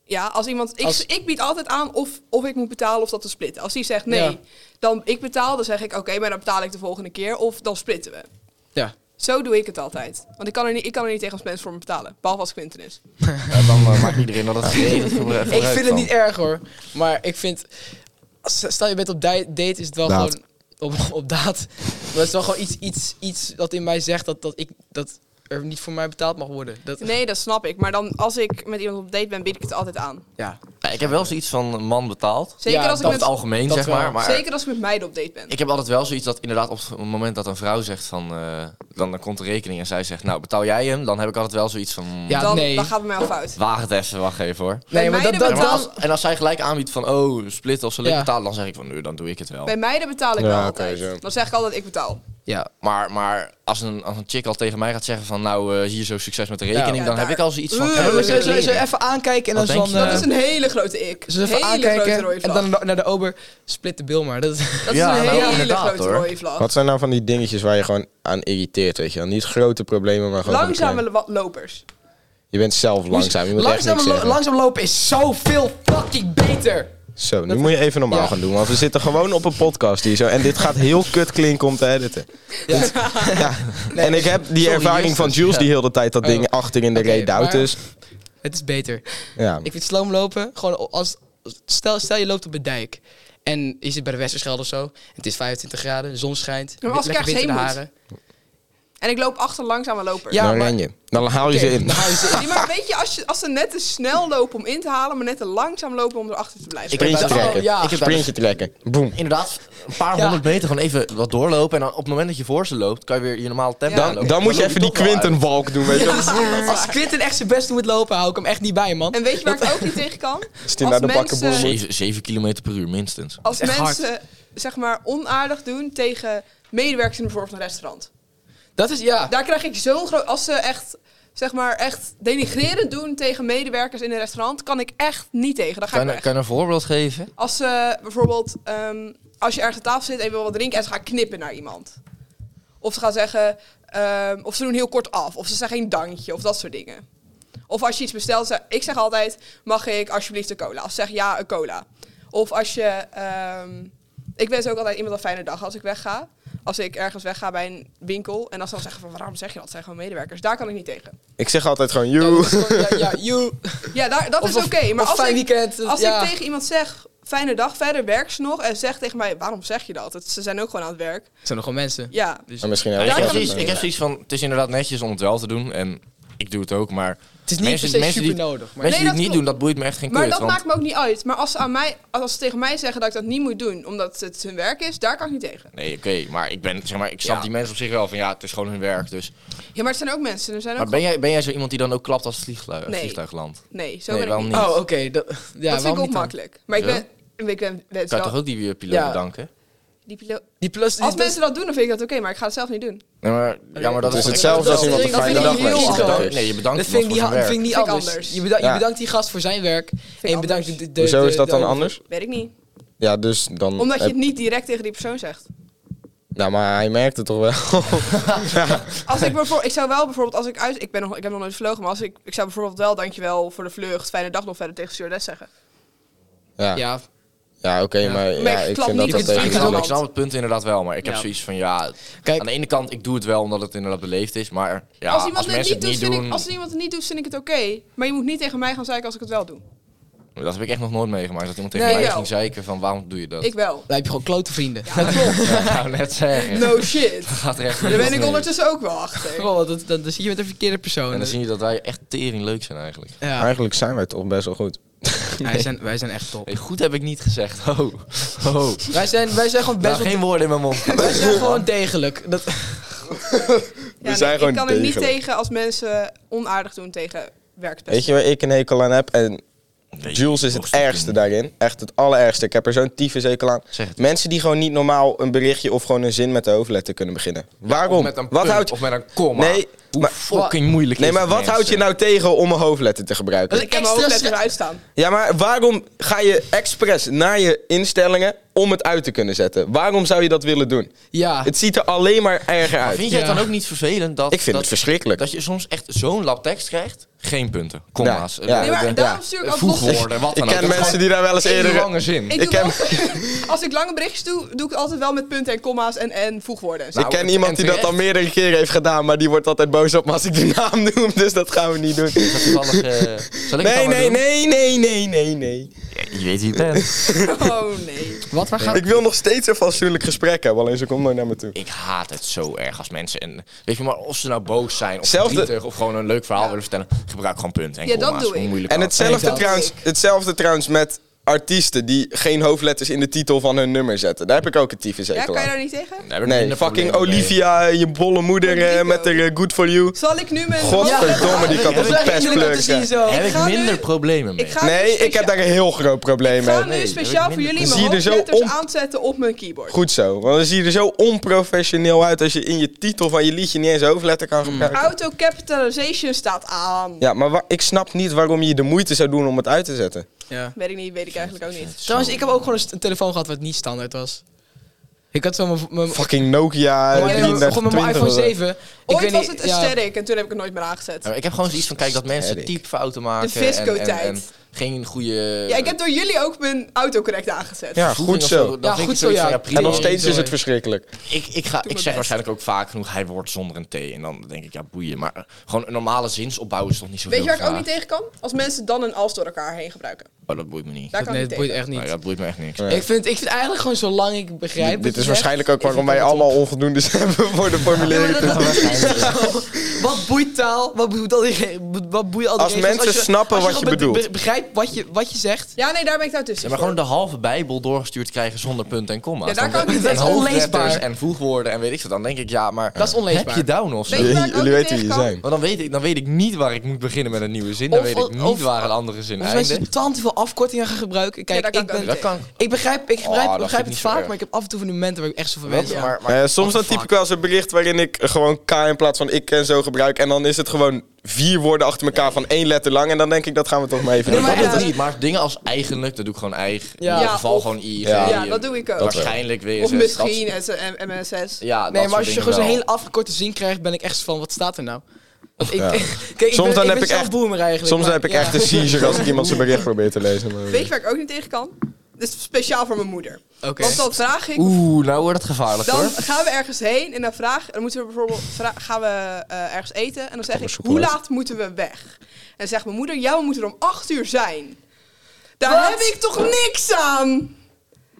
Ja, als iemand. Ik, Als- ik bied altijd aan of, of ik moet betalen of dat we splitten. Als die zegt nee, Ja. dan ik betaal, dan zeg ik oké, maar dan betaal ik de volgende keer. Of dan splitten we. Ja. Zo doe ik het altijd. Want ik kan er niet, ik kan er niet tegen als mensen voor me betalen. Behalve als Quinten is. Ja, dan eh, maakt iedereen dat het geregeld gebruik Ik vind het van. niet erg hoor. Maar ik vind. als- Stel je bent op di- date, is het wel Daad. gewoon. Op, op daad. Maar dat is wel gewoon iets, iets, iets dat in mij zegt dat, dat, ik, dat er niet voor mij betaald mag worden. Dat, Nee, dat snap ik. Maar dan als ik met iemand op date ben, bied ik het altijd aan. Ja. Ja, ik heb wel zoiets van een man betaalt. Zeker, Ja, als, ik dat Over het met, algemeen, dat zeg wel. maar. maar zeker als ik met meiden op date ben. Ik heb altijd wel zoiets dat inderdaad op het moment dat een vrouw zegt van... eh, dan, dan komt de rekening en zij zegt, nou betaal jij hem? Dan heb ik altijd wel zoiets van... Ja. dan, nee. dan gaat het bij mij al fout. Waag het even, wacht even hoor. Nee, Bij maar meiden dat, dat, En, maar betaal- dat, als, en als zij gelijk aanbiedt van, oh, split of zal ik Ja. betalen? Dan zeg ik van, nu, dan doe ik het wel. Bij meiden betaal ik Oh. Ja, wel oké, altijd. zo. Dan zeg ik altijd ik betaal. ja. Maar, maar als, een, als een chick al tegen mij gaat zeggen van, nou, eh, hier zo succes met de rekening. Ja, dan daar. heb ik al zoiets van... Oeh, kan maar je zo- Zullen leren? we even aankijken en Wat dan denk van. je? Dat is een hele grote ik. Zullen we even hele grote rode aankijken en vlag. dan naar de ober, split de bill maar. Dat, dat is Ja, een nou, hele inderdaad, grote hoor. rode vlag. Wat zijn nou van die dingetjes waar je gewoon aan irriteert, weet je wel? Niet grote problemen, maar gewoon... van de Langzame kleine- lo- lopers. Je bent zelf langzaam, je moet echt langzaam, niks lo- zeggen. langzaam lopen is zoveel fucking beter. Zo, nu moet je even normaal Ja. gaan doen, want we zitten gewoon op een podcast hier zo. En dit gaat heel kut klinken om te editen. Ja. Dus- ja. en ik heb die Sorry, ervaring van Justus, Jules ja. die heel de tijd dat Oh. ding achter in de Oké, reet duwt maar- dus. Het is beter. Ja. Ik vind sloom lopen gewoon als. Stel, stel je loopt op een dijk. En je zit bij de Westerschelde of zo. Het is 25 graden, de zon schijnt. Maar als ik lekker ergens wind in de heen haren. En ik loop achter langzame lopers. Ja, dan maar- ren je. Dan haal je Oké, ze in. dan hou je ze in. Nee, maar weet je, als, je, als ze net te snel lopen om in te halen, maar net te langzaam lopen om erachter te blijven. Ik heb Sprintje bij- trekken. oh, ja. Ik heb bij- Sprintje trekken. Boom. Inderdaad, een paar Ja. honderd meter gewoon even wat doorlopen. En dan op het moment dat je voor ze loopt, kan je weer je normaal tempo Ja. lopen. Dan, dan moet je loop even die toch wel uit. Quinten-walk doen, weet je wel. Als Quinten echt zijn best moet lopen, hou ik hem echt niet bij, man. En weet je waar ik ook niet tegen kan? Als die naar de mensen- bakkenboer moet. Zeven, zeven kilometer per uur minstens. Als Dat is echt mensen zeg maar onaardig doen tegen medewerkers in de vorm van een restaurant. Dat is, ja. Daar krijg ik zo'n groot. Als ze echt zeg maar echt denigrerend doen tegen medewerkers in een restaurant, kan ik echt niet tegen. Dan ga ik Kan je, nou- weg. kan je een voorbeeld geven? Als ze bijvoorbeeld ehm, als je ergens aan tafel zit en je wil wat drinken en ze gaan knippen naar iemand. Of ze gaan zeggen, ehm, of ze doen heel kort af, of ze zeggen geen dankje, of dat soort dingen. Of als je iets bestelt, ze- ik zeg altijd, mag ik alsjeblieft een cola? Of ze zeggen ja, een cola. Of als je, ehm, ik wens ook altijd iemand een fijne dag als ik wegga. Als ik ergens wegga bij een winkel en als ze dan zeggen van waarom zeg je dat? Het zijn gewoon medewerkers. Daar kan ik niet tegen. Ik zeg altijd gewoon, joe. Ja, ja, you. Ja, daar, dat Of- is of- oké. maar of als fijn ik, weekend, Dus dat- als ja. ik tegen iemand zeg, fijne dag verder, werk ze nog. En zeg tegen mij, waarom zeg je dat? Het, ze zijn ook gewoon aan het werk. Het zijn nog gewoon mensen. Dus Ja. Maar misschien Ja, ik, helemaal heb niet. zoiets, ik heb zoiets van, het is inderdaad netjes om het wel te doen. En ik doe het ook, maar... Het is niet per se super die, nodig, maar- Mensen die Nee, het dat niet doen, klopt. dat boeit me echt geen Maar kut. dat want- maakt me ook niet uit. Maar als ze, aan mij, als ze tegen mij zeggen dat ik dat niet moet doen, omdat het hun werk is, daar kan ik niet tegen. Nee, oké, maar ik ben, zeg maar, ik snap Ja. die mensen op zich wel van, ja, het is gewoon hun werk, dus... Ja, maar het zijn ook mensen. Er zijn Maar ook... ben jij, ben jij zo iemand die dan ook klapt als het vliegtuig, als het Nee. vliegtuig landt? Nee, zo ben Nee, ik waarom niet. niet? Oh, oké. dat ja, dat vind waarom ik ook niet dan? makkelijk. Maar ik Ja? ben... Ik ben, wens Kan wel, je toch ook Dus die eh, piloot Ja. bedanken? die pilo- Die plus... Als die- mensen dat doen, dan vind ik dat oké, maar ik ga het zelf niet doen. Nee, maar, ja, maar dat Het is ik- hetzelfde dat als iemand een vind ik- fijne dat dag vind ik heel wenst. anders. Nee, je bedankt dat vind ik iemand niet, voor ha- zijn werk. vind ik niet Vind ik anders. anders. Je, beda- je Ja. bedankt die gast voor zijn werk. en je bedankt de, anders. de, de- Hoezo is de- dat de dan over- anders? Weet ik niet. Ja, dus Hm. dan... Omdat je heb- het niet direct tegen die persoon zegt. Nou, maar hij merkt het toch wel. Als ik, bijvoor- ik zou wel bijvoorbeeld, als ik uit... Ik, ben nog, ik heb nog nooit gevlogen, maar als ik, ik zou bijvoorbeeld wel dankjewel voor de vlucht, fijne dag nog verder tegen de stewardess zeggen. Ja, ja. Ja, oké, Ja. maar Maar ja, ik ik klap vind dat niet dat op het tegen Ik vliegtuig. zal. snap, ik land. snap het punt inderdaad wel, maar ik heb Ja. zoiets van, ja... Kijk- aan de ene kant, ik doe het wel omdat het inderdaad beleefd is, maar ja, als als, iemand het mensen niet het doet, niet vind doen... ik, als iemand het niet doet, vind ik het oké. Maar je moet niet tegen mij gaan zeiken als ik het wel doe. Dat heb ik echt nog nooit meegemaakt, dat iemand tegen Nee, mij wel. ging zeiken van, waarom doe je dat? Ik wel. dan heb je gewoon klote vrienden. Dat klopt. Ja, ik wou net zeggen. No shit. Dat gaat er echt Daar ben ik mis. ondertussen ook wel achter. Goh, dat, dat, dan zie je met de verkeerde persoon. En dan zie je dat wij echt tering leuk zijn eigenlijk. ja. Eigenlijk zijn wij toch best wel goed. Wij, zijn, wij zijn echt top. Nee, goed heb ik niet gezegd. Oh. oh. Wij zijn, wij zijn gewoon best Nou, wel... geen woorden in mijn mond. Wij zijn gewoon degelijk. Dat, Ja, zijn nee, gewoon ik kan er niet degelijk. tegen als mensen onaardig doen tegen werkspers. Weet je waar ik een hekel aan heb? En Nee, Jules is het hoogste ergste punt. daarin. Echt het allerergste. Ik heb er zo'n tyfushekel aan. Zeg het. Mensen die gewoon niet normaal een berichtje of gewoon een zin met de hoofdletter kunnen beginnen. Waarom? Of met een wat punt, houdt... Of met een komma. Nee, Hoe maar- fucking moeilijk Nee, is maar het, wat mensen? houdt je nou tegen om een hoofdletter te gebruiken? Dat Ik heb mijn Extra hoofdletter stre- eruit staan. Ja, maar waarom ga je expres naar je instellingen om het uit te kunnen zetten? Waarom zou je dat willen doen? ja. Het ziet er alleen maar erger uit. Ah. Vind jij het Ja. dan ook niet vervelend dat... Ik vind dat, het verschrikkelijk. Dat je soms echt zo'n lap tekst krijgt. Geen punten. Komma's. Ja, eh, ja. Nee, eh, maar dat- daarom ja. stuur ik eh, ook los. Voegwoorden, wat Ik dan ook. ken Het is mensen die daar wel eens gewoon één eerder... lange zin. Ik Ik doe ken- wel- als ik lange berichtjes doe, doe ik altijd wel met punten en komma's en, en voegwoorden. en zo. Ik ken iemand die dat al meerdere keren heeft gedaan, maar die wordt altijd boos op me als ik de naam noem, dus dat gaan we niet doen. Is dat toevallig, eh, zal ik het Nee, dan maar nee, doen? nee, nee, nee, nee, nee. Je weet wie ik ben. Nou. Oh nee. Wat, waar gaat... Ik wil nog steeds een fatsoenlijk gesprek hebben, alleen ze komt nooit naar me toe. Ik haat het zo erg als mensen. En weet je maar, of ze nou boos zijn of Zelfde- verdrietig of gewoon een leuk verhaal willen vertellen, gebruik gewoon punten en Ja, dat komma's, doe hoe ik. moeilijk En kan het hetzelfde dat trouwens, ik. hetzelfde trouwens met artiesten die geen hoofdletters in de titel van hun nummer zetten. Daar heb ik ook een tyfus Ja, hekel kan je aan. daar niet tegen? zijn. Daar heb ik Nee, minder fucking problemen mee. Olivia, je bolle moeder eh, met de eh, Good For You. Zal ik nu mijn... Godverdomme, die kan Dat toch is echt pestpluk inderdaad te zijn. zien zo. Heb Ik ga ik minder nu- problemen mee. Ik ga nu Nee, ik heb speciaal- daar een heel groot probleem Ik ga mee. nu Nee, speciaal dat voor weet ik jullie minder. mijn Zie je er zo hoofdletters on- aanzetten op mijn keyboard. Goed zo, want dan zie je er zo onprofessioneel uit als je in je titel van je liedje niet eens een hoofdletter Mm. kan gebruiken. Auto capitalization staat aan. Ja, maar wa- ik snap niet waarom je de moeite zou doen om het uit te zetten. Ja. Weet ik niet, weet ik eigenlijk ook niet. Trouwens, ik heb ook gewoon een, st- een telefoon gehad wat niet standaard was. Ik had zo mijn... mijn Fucking Nokia. gewoon- eh, gewoon 33, met mijn 20 of iPhone zo. 7. Ik Ooit weet was niet- het ja. aesthetic en toen heb ik het nooit meer aangezet. Ja, maar ik heb gewoon zoiets van, kijk, dat mensen Sterk. typfouten maken. De Visco-tijd. en- en- en geen goede... Ja, ik heb door jullie ook mijn autocorrect aangezet. Ja, vergoeding goed of zo. Dan Ja, vind ik goed zo, zoiets van, ja. prima. En nog steeds is het Sorry. verschrikkelijk. Ik, ik, ga, mijn ik zeg best. waarschijnlijk ook vaak genoeg, hij wordt zonder een T. En dan denk ik, ja, boeien. Maar eh, gewoon een normale zinsopbouw is toch niet zo Weet je waar ik ook niet tegen kan? Als mensen dan een als door elkaar heen gebruiken. Oh, dat boeit me niet. Daar kan nee, ik het niet boeit tegen. echt niet. Nee, dat boeit me echt niks. Nee. Ik, vind, ik vind eigenlijk gewoon zolang ik begrijp... Dit wat je is zegt, waarschijnlijk ook ik vind waarom wij dat het allemaal onvoldoendes hebben voor de Ja, formulering. maar dat- Wat boeit taal? Wat boeit al die, wat boeit al die Als regels? mensen snappen als wat je gewoon be- bedoelt. be- begrijpt wat je, wat je zegt. Ja, nee, daar ben ik nou tussen. Ja, maar gewoon de halve Bijbel doorgestuurd krijgen zonder punt en komma. Ja, daar kan ik niet Dat is tegen. onleesbaar. En voegwoorden en weet ik veel. Dan denk ik, ja, maar Dat is onleesbaar. heb je down of zo? Weet je waar ik ook Jullie niet weten wie tegen je kan? zijn. Want dan weet, ik, dan weet ik niet waar ik moet beginnen met een nieuwe zin. Dan Of- weet ik niet of- waar een andere zin Volgens mij eindigt. zijn tante veel afkortingen gaan gebruiken. Ja, Kijk, daar kan ik, ik ook ben, niet. Dat kan. ik begrijp, ik begrijp, Oh, dat begrijp vind ik het niet zo vaak, erg. maar ik heb af en toe van die momenten waar ik echt zo van Wel, weet. ja. maar, maar Eh, soms dan what the typ ik fuck? wel eens een bericht waarin ik gewoon K in plaats van ik en zo gebruik. En dan is het gewoon vier woorden achter elkaar van één letter lang. En dan denk ik, dat gaan we toch maar even Nee, doen. maar maar dat ja. niet. Maar dingen als eigenlijk, dat doe ik gewoon eigen. Ja. In ieder Ja, geval of- gewoon I. Ja. G, Ja, dat doe ik ook. Waarschijnlijk weer. Of zes, dat- misschien S- M- MSS. ja, dat Nee, soort maar als je dingen gewoon zo'n wel. hele afgekorte zin krijgt, ben ik echt van, wat staat er nou? Want ik, Ja. kijk, ik Soms ben- dan ik heb ben ik zelf echt- boomer eigenlijk. Soms maar heb ik ja. echt een seizure als ik iemand zijn bericht probeer te lezen. maar- Weet je waar ik ook niet tegen kan? Dit is speciaal voor mijn moeder. Oké. Want dan vraag ik... Oeh, nou wordt het gevaarlijk Dan hoor. gaan we ergens heen en dan vraag, dan moeten we bijvoorbeeld vra- gaan we eh, ergens eten en dan zeg Kom, ik, soepel, hoe hè? laat moeten we weg? En dan zegt mijn moeder, ja, we moeten er om acht uur zijn. Daar Wat? heb ik toch niks aan?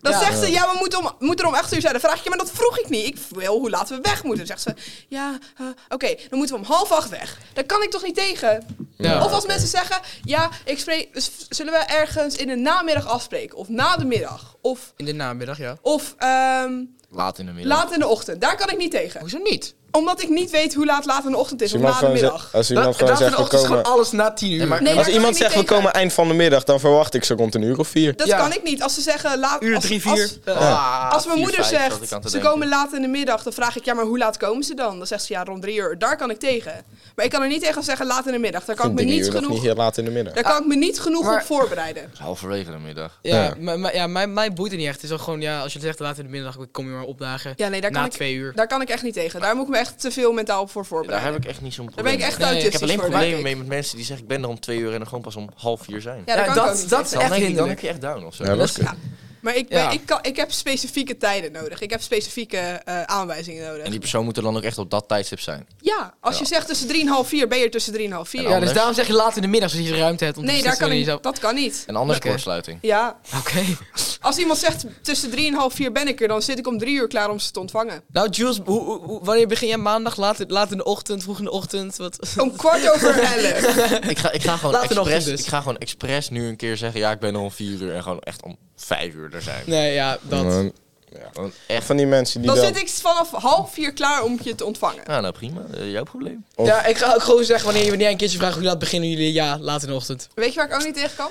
Dan Ja. zegt ze, ja, we moeten, om, we moeten er om acht uur zijn. Dan vraag ik je, maar dat vroeg ik niet. Ik wil hoe laat we weg moeten. Dan zegt ze, ja, eh, oké, dan moeten we om half acht weg. Daar kan ik toch niet tegen? Ja. Of als mensen zeggen, ja, ik spreek, dus zullen we ergens in de namiddag afspreken? Of na de middag? Of, In de namiddag, ja. of ehm, Laat in de middag. laat in de ochtend. Daar kan ik niet tegen. Hoezo niet? Omdat ik niet weet hoe laat laat in de ochtend is Als of iemand na de gewoon zegt- middag. als Dat iemand gewoon in zegt, de we ochtend is komen... gewoon alles na tien uur. Nee, maar- Nee, daar Als kan ik iemand niet zegt, we tegen. komen eind van de middag, dan verwacht ik ze rond een uur of vier. Dat Ja. kan ik niet. Als ze zeggen, laat... Uur als- drie, als- vier. Als, Ah, mijn vier, moeder vijf zat ik aan zegt, te ze denken. komen laat in de middag, dan vraag ik, ja, maar hoe laat komen ze dan? Dan zegt ze, ja, rond drie uur. Daar kan ik tegen. Maar ik kan er niet tegen zeggen, laat in de middag. Daar kan ik me niet nog niet genoeg, heel laat in de middag. daar kan ik me niet genoeg Maar- op voorbereiden. Halverwege de middag. Ja, Ja. maar- maar- ja, mij, mij boeit het niet echt. Het is wel gewoon, ja, als je zegt later in de middag, ik kom je maar opdagen. Ja, nee, daar na kan ik- twee uur. Daar kan ik echt niet tegen. Daar moet ik me echt te veel mentaal voor Daar voorbereiden. heb ik echt niet zo'n Daar probleem ben ik echt Nee, ik autistisch Ik heb alleen voor, problemen denk mee met mensen die zeggen ik ben er om twee uur en dan gewoon pas om half vier zijn. Ja, dat kan ik ook niet. dat is dan, echt denk ik, dan heb hinderlijk. je echt down of zo. Ja, dat is Ja. Maar ik, ben, Ja. ik, kan, ik heb specifieke tijden nodig. Ik heb specifieke eh, aanwijzingen nodig. En die persoon moet er dan ook echt op dat tijdstip zijn. Ja, als je zegt tussen 3 en half 4, ben je er tussen 3 en half 4. En Ja, dan- dus Anders. daarom zeg je later in de middag, zodat je ruimte hebt om te nee, daar kan beslissen ik, wanneer je dat kan niet. En anders Oké. kortsluiting. Ja, zelf- Oké. als iemand zegt tussen 3 en half 4 ben ik er, dan zit ik om 3 uur klaar om ze te ontvangen. Nou, Jules, hoe, hoe- hoe- wanneer begin jij maandag? Laat, laat in de ochtend, vroeg in de ochtend? Wat? Om kwart over 11. Ik ga, ik, ga gewoon Later nog expres, dus. ik ga gewoon expres nu een keer zeggen ja ik ben er om vier uur en gewoon echt om vijf uur er zijn. Nee, ja, dat. Man, Want Oh, echt. Van die mensen die Dan dan... zit ik vanaf half 4 klaar om je te ontvangen. Nou, nou prima. Eh, jouw probleem. Of- Ja, ik ga ook gewoon zeggen wanneer je wanneer jij een keertje vraagt hoe laat beginnen jullie. Ja, laat in de ochtend. Weet je waar ik ook niet tegen kan?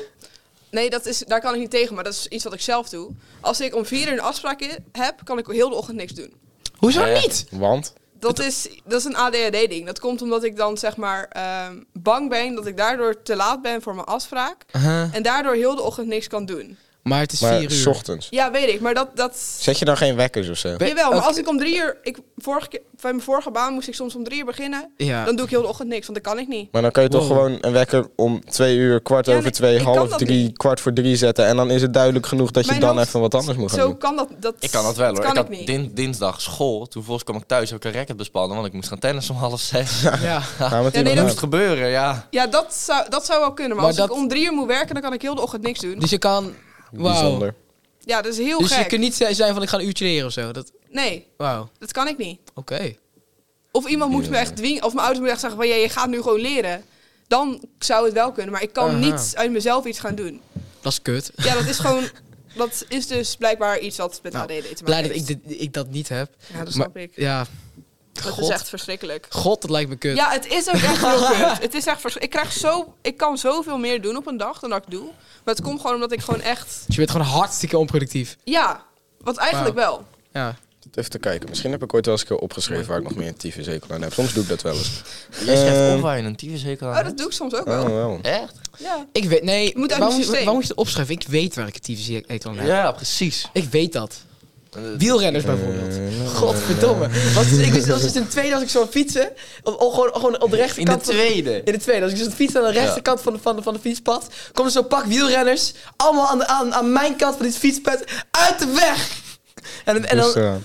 Nee, dat is, daar kan ik niet tegen, maar dat is iets wat ik zelf doe. Als ik om 4 uur een afspraak i- heb, kan ik heel de ochtend niks doen. Hoezo Ja, ja. niet? Want? Dat is, dat is een ADHD-ding. Dat komt omdat ik dan zeg maar ehm, bang ben dat ik daardoor te laat ben voor mijn afspraak. En daardoor heel de ochtend niks kan doen. Maar het is Maar vier uur. s ochtends. Ja, weet ik, maar dat. dat... Zet je dan geen wekkers of zo? Ben- Jawel, maar oké. als ik om drie uur. Ik, vorige keer, bij mijn vorige baan moest ik soms om drie uur beginnen. Ja. Dan doe ik heel de ochtend niks, want dat kan ik niet. Maar dan kan je toch Wow. gewoon een wekker om twee uur, kwart Ja, nee, over twee, ik kan half dat drie, niet. kwart voor drie zetten. En dan is het duidelijk genoeg dat je Mijn dan hoofd- even wat anders moet gaan Zo doen. kan dat. dat Ik kan dat wel hoor. kan ik ik had niet. din- dinsdag school. Toen volgens kwam ik thuis ook een racket bespannen, want ik moest gaan tennis om half zes. Ja. Ja. Gaan Ja, nee, we het hier Dat dat- maar moest gebeuren, ja. Ja, dat zou, dat zou wel kunnen. Maar, Maar als ik dat- om drie uur moet werken, dan kan ik heel de ochtend niks doen. Dus je kan... Wauw. Bijzonder. Ja, dat is heel Dus je gek. kunt niet zijn van ik ga een uurtje leren of zo. Dat... Nee, Wauw. dat kan ik niet. Oké. Of iemand moet me echt dwingen, of mijn ouders moeten echt zeggen van ja, je gaat nu gewoon leren. Dan zou het wel kunnen, maar ik kan Aha. niet uit mezelf iets gaan doen. Dat is kut. Ja, dat is gewoon, dat is dus blijkbaar iets wat met Nou, ADD te maken Blij dat ik, heeft. dit, ik dat niet heb. Ja, dat Maar- snap ik. Ja. Dat God. is echt verschrikkelijk. God, dat lijkt me kut. Ja, het is ook echt heel kut. Het is echt vers- ik, krijg zo, ik kan zoveel meer doen op een dag dan dat ik doe. Maar het komt gewoon omdat ik gewoon echt... Je bent gewoon hartstikke onproductief. Ja, want eigenlijk wel. Ja. Even te kijken. Misschien heb ik ooit wel eens een keer opgeschreven waar ik nog meer een tyfushekel aan heb. Soms doe ik dat wel eens. Je schrijft Eh. op waar je een tyfushekel aan Oh, hebt. dat doe ik soms ook Oh, wel. wel. Echt? Ja. Ik weet... Nee, moet uit waarom, mijn systeem. Eh, waarom moet je het opschrijven? Ik weet waar ik het tyfus eet aan heb. Ja, precies. Ik weet dat. Wielrenners bijvoorbeeld. Godverdomme. Was, ik wist zelfs in de tweede als ik zo aan het fietsen. Op, op- gewoon, gewoon op de In de rechterkant. van- tweede. in de tweede, als ik dus aan het fietsen aan de rechterkant van, de, van, de, van de fietspad, komen zo'n pak wielrenners, allemaal aan, de, aan, aan mijn kant van dit fietspad, uit de weg! En, en Dus, dan, eh,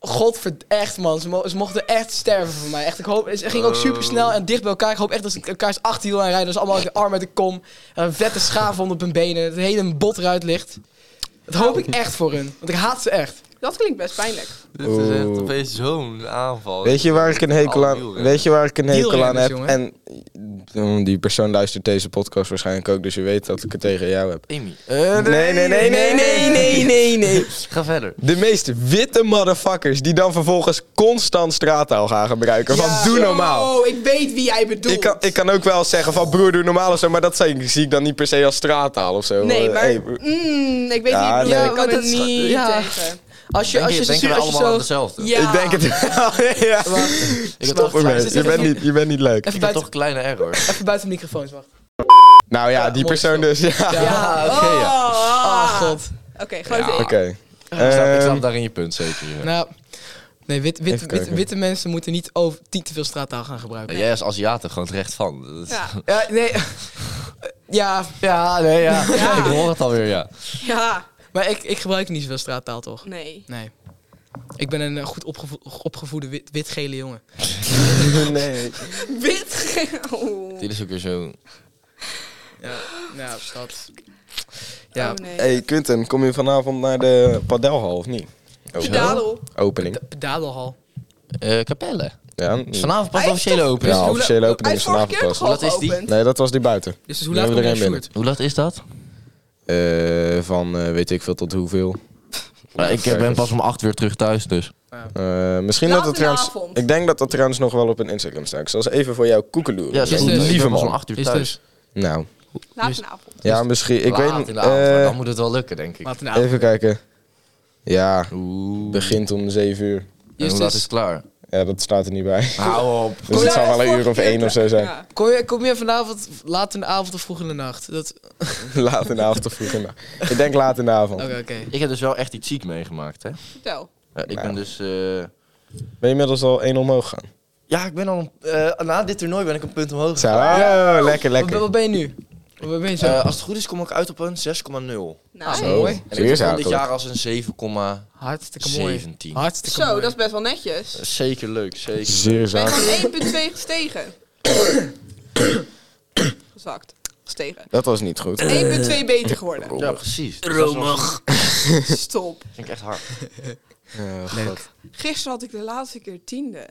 godverd, echt man, ze, mo- ze mochten echt sterven voor mij. Echt, ik hoop, ze gingen ook super snel en dicht bij elkaar. Ik hoop echt dat ze elkaars achterwiel aanrijden, dat ze allemaal de arm uit de kom, een vette schaafwond op hun benen, het hele bot eruit ligt. Dat hoop ik echt voor hun, want ik haat ze echt. Dat klinkt best pijnlijk. Dit is echt Oeh. opeens zo'n aanval. Weet je waar ik een hekel aan, weet je waar ik een hekel aan Wielrenners, heb? jongen. En mm, die persoon luistert deze podcast waarschijnlijk ook, dus je weet dat ik het tegen jou heb. Amy, Eh, Nee, nee, nee, nee, nee, nee, nee, nee. ga verder. De meest witte motherfuckers die dan vervolgens constant straattaal gaan gebruiken. Ja. Van doe normaal. Oh, ik weet wie jij bedoelt. Ik kan, ik kan ook wel zeggen van broer doe normaal of zo, maar dat zie, zie ik dan niet per se als straattaal of zo. Nee, Eh, maar... hey, Mm, ik weet Ja, wie je bedoelt. nee. ik kan er Ja, dat is- niet ja. tegen. Als je, Denk als je, je, denken we als je allemaal aan zo... dezelfde. Ja. Ik denk het wel. ja. Ik heb Stop toch, ermee. Ze Je zeggen bent, niet, je bent niet leuk. Even ik heb buiten, toch kleine error. even buiten de microfoons, wacht. Nou ja, die mooi persoon zo. dus. Ja. Ja, oké, ja. Oh, Ah, god. Oké, grote Ja. ik. Oké. Ik snap, ik Ehm, snap daarin je punt zeker. ja. Nou, nee, wit, wit, Even wit- kijken. witte mensen moeten niet over tien te veel straattaal gaan gebruiken. Jij als Aziat hebt gewoon terecht van. Dat is- Ja. Ja, nee. ja, Ja, nee, ja. Ja. Ik hoor het alweer, ja. Ja, maar ik, ik gebruik niet zoveel straattaal, toch? nee. Nee. Ik ben een eh, goed opgevo- opgevoede wit- wit-gele jongen. Ehm, nee. Wit. Oh. Dit is ook weer zo. Ja, nou, dat. Ja. Oh, nee. Hey Quinten, kom je vanavond naar de padelhal of niet? Oh, Pedalen. Opening. De pedalenhal. eh Capelle. Ja. mm. Is vanavond pas de Hij officiële heeft opening. Ja, officiële Hij opening is is vorige vanavond keer pas. toch al Wat is die? geopend? Nee, dat was die buiten. Dus, dus hoe Ja, laat we kom je erin naar binnen. Sjoerd? Hoe laat is dat? Eh, van eh, weet ik veel tot hoeveel. ik ben pas om acht uur terug thuis, dus. Eh, misschien Laat dat het in de trouwens. avond. Ik denk dat dat trouwens nog wel op een Instagram staat. Ik zal eens even voor jou koekeloeren. Ja, is zo dus. lieve man. om man. acht uur Is dus thuis. Nou, Laat vanavond. ja, misschien. Ik Laat weet. in de avond, maar eh, dan moet het wel lukken, denk ik. Laat een avond. even kijken. Ja, Oeh. begint om 7 uur. En hoe Justus. laat is het klaar? Ja, dat staat er niet bij. Hou op. Dus het zal wel een uur of één of zo zijn. Ja. Kom je, kom je vanavond laat in de avond of vroeg in de nacht? Dat... Oké, Laat in de avond of vroeg in de Ik denk laat in de avond. oké. Ik heb dus wel echt iets ziek meegemaakt, hè? Vertel. Ja, ik Nou. ben dus... eh, Ben je inmiddels al één omhoog gaan? Oh, Ja, ik ben al... een- eh, na dit toernooi ben ik een punt omhoog Zo, gegaan. oh, lekker, Wat, lekker. wat ben je nu? Wat ben je zo? Eh, als het goed is kom ik uit op een 6,0. Nou, Ah, Zo. Zo, mooi. zie En je eens ik begon dit eigenlijk. jaar als een 7,17. Hartstikke mooi. Hartstikke Zo, mooi. dat is best wel netjes. eh, Zeker leuk, zeker. Zeer Ben je zakelijk. van 1,2 gestegen? Gezakt. Gestegen. 1,2 Dat was niet goed. beter geworden. Ja, precies. Dus Dat Stop. vind ik echt hard. Oh, Leuk. Gisteren had ik de laatste keer tiende.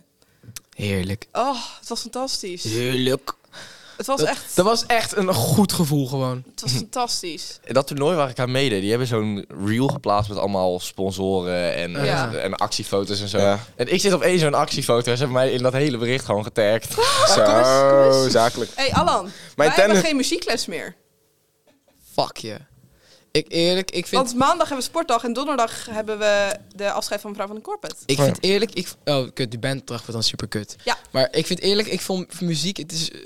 Heerlijk. Oh, het was fantastisch. Heerlijk. Het was Dat- echt... Dat was echt een goed gevoel gewoon. Het was fantastisch. Dat toernooi waar ik aan meedeed, die hebben zo'n reel geplaatst met allemaal sponsoren en, Ja. en actiefoto's en zo. Ja. En ik zit op één zo'n actiefoto en ze hebben mij in dat hele bericht gewoon getagd. Zo, zakelijk. Hé, hey, Alan. wij tennis- hebben geen muziekles meer. Fuck je. Ik eerlijk, ik vind, Want maandag hebben we sportdag en donderdag hebben we de afscheid van mevrouw van de Corpet. ik Oh ja. vind eerlijk, ik oh kut, die band tracht dan super kut. Ja. Maar ik vind eerlijk, ik vond voor muziek, het is eh,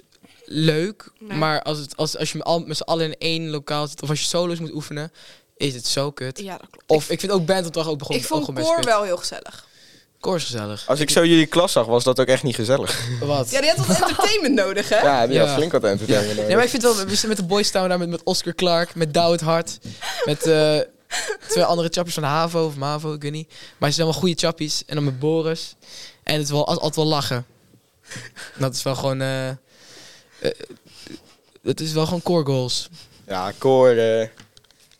leuk, Nee. maar als het als als je met al- met z'n allen in één lokaal zit of als je solo's moet oefenen, is het zo kut. Ja, dat klopt. Of ik vind ook bandopdracht ook begon ik vond ook gewoon koor best kut. wel heel gezellig. Koor is gezellig. Als ik zo jullie klas zag, was dat ook echt niet gezellig. Wat? Ja, die had wat entertainment nodig, hè? Ja, die had Ja. flink wat Ja. entertainment Nee, nodig. maar ik vind wel, we zitten met de boys staan we daar met, met Oscar Clark, met Douwe het Hart, met eh, twee andere chappies van Havo of Mavo, ik weet niet. Maar ze zijn wel goede chappies. En dan met Boris. En het is wel al- altijd wel lachen. Dat is wel gewoon... eh eh, het is wel gewoon core goals. Ja, koor... eh,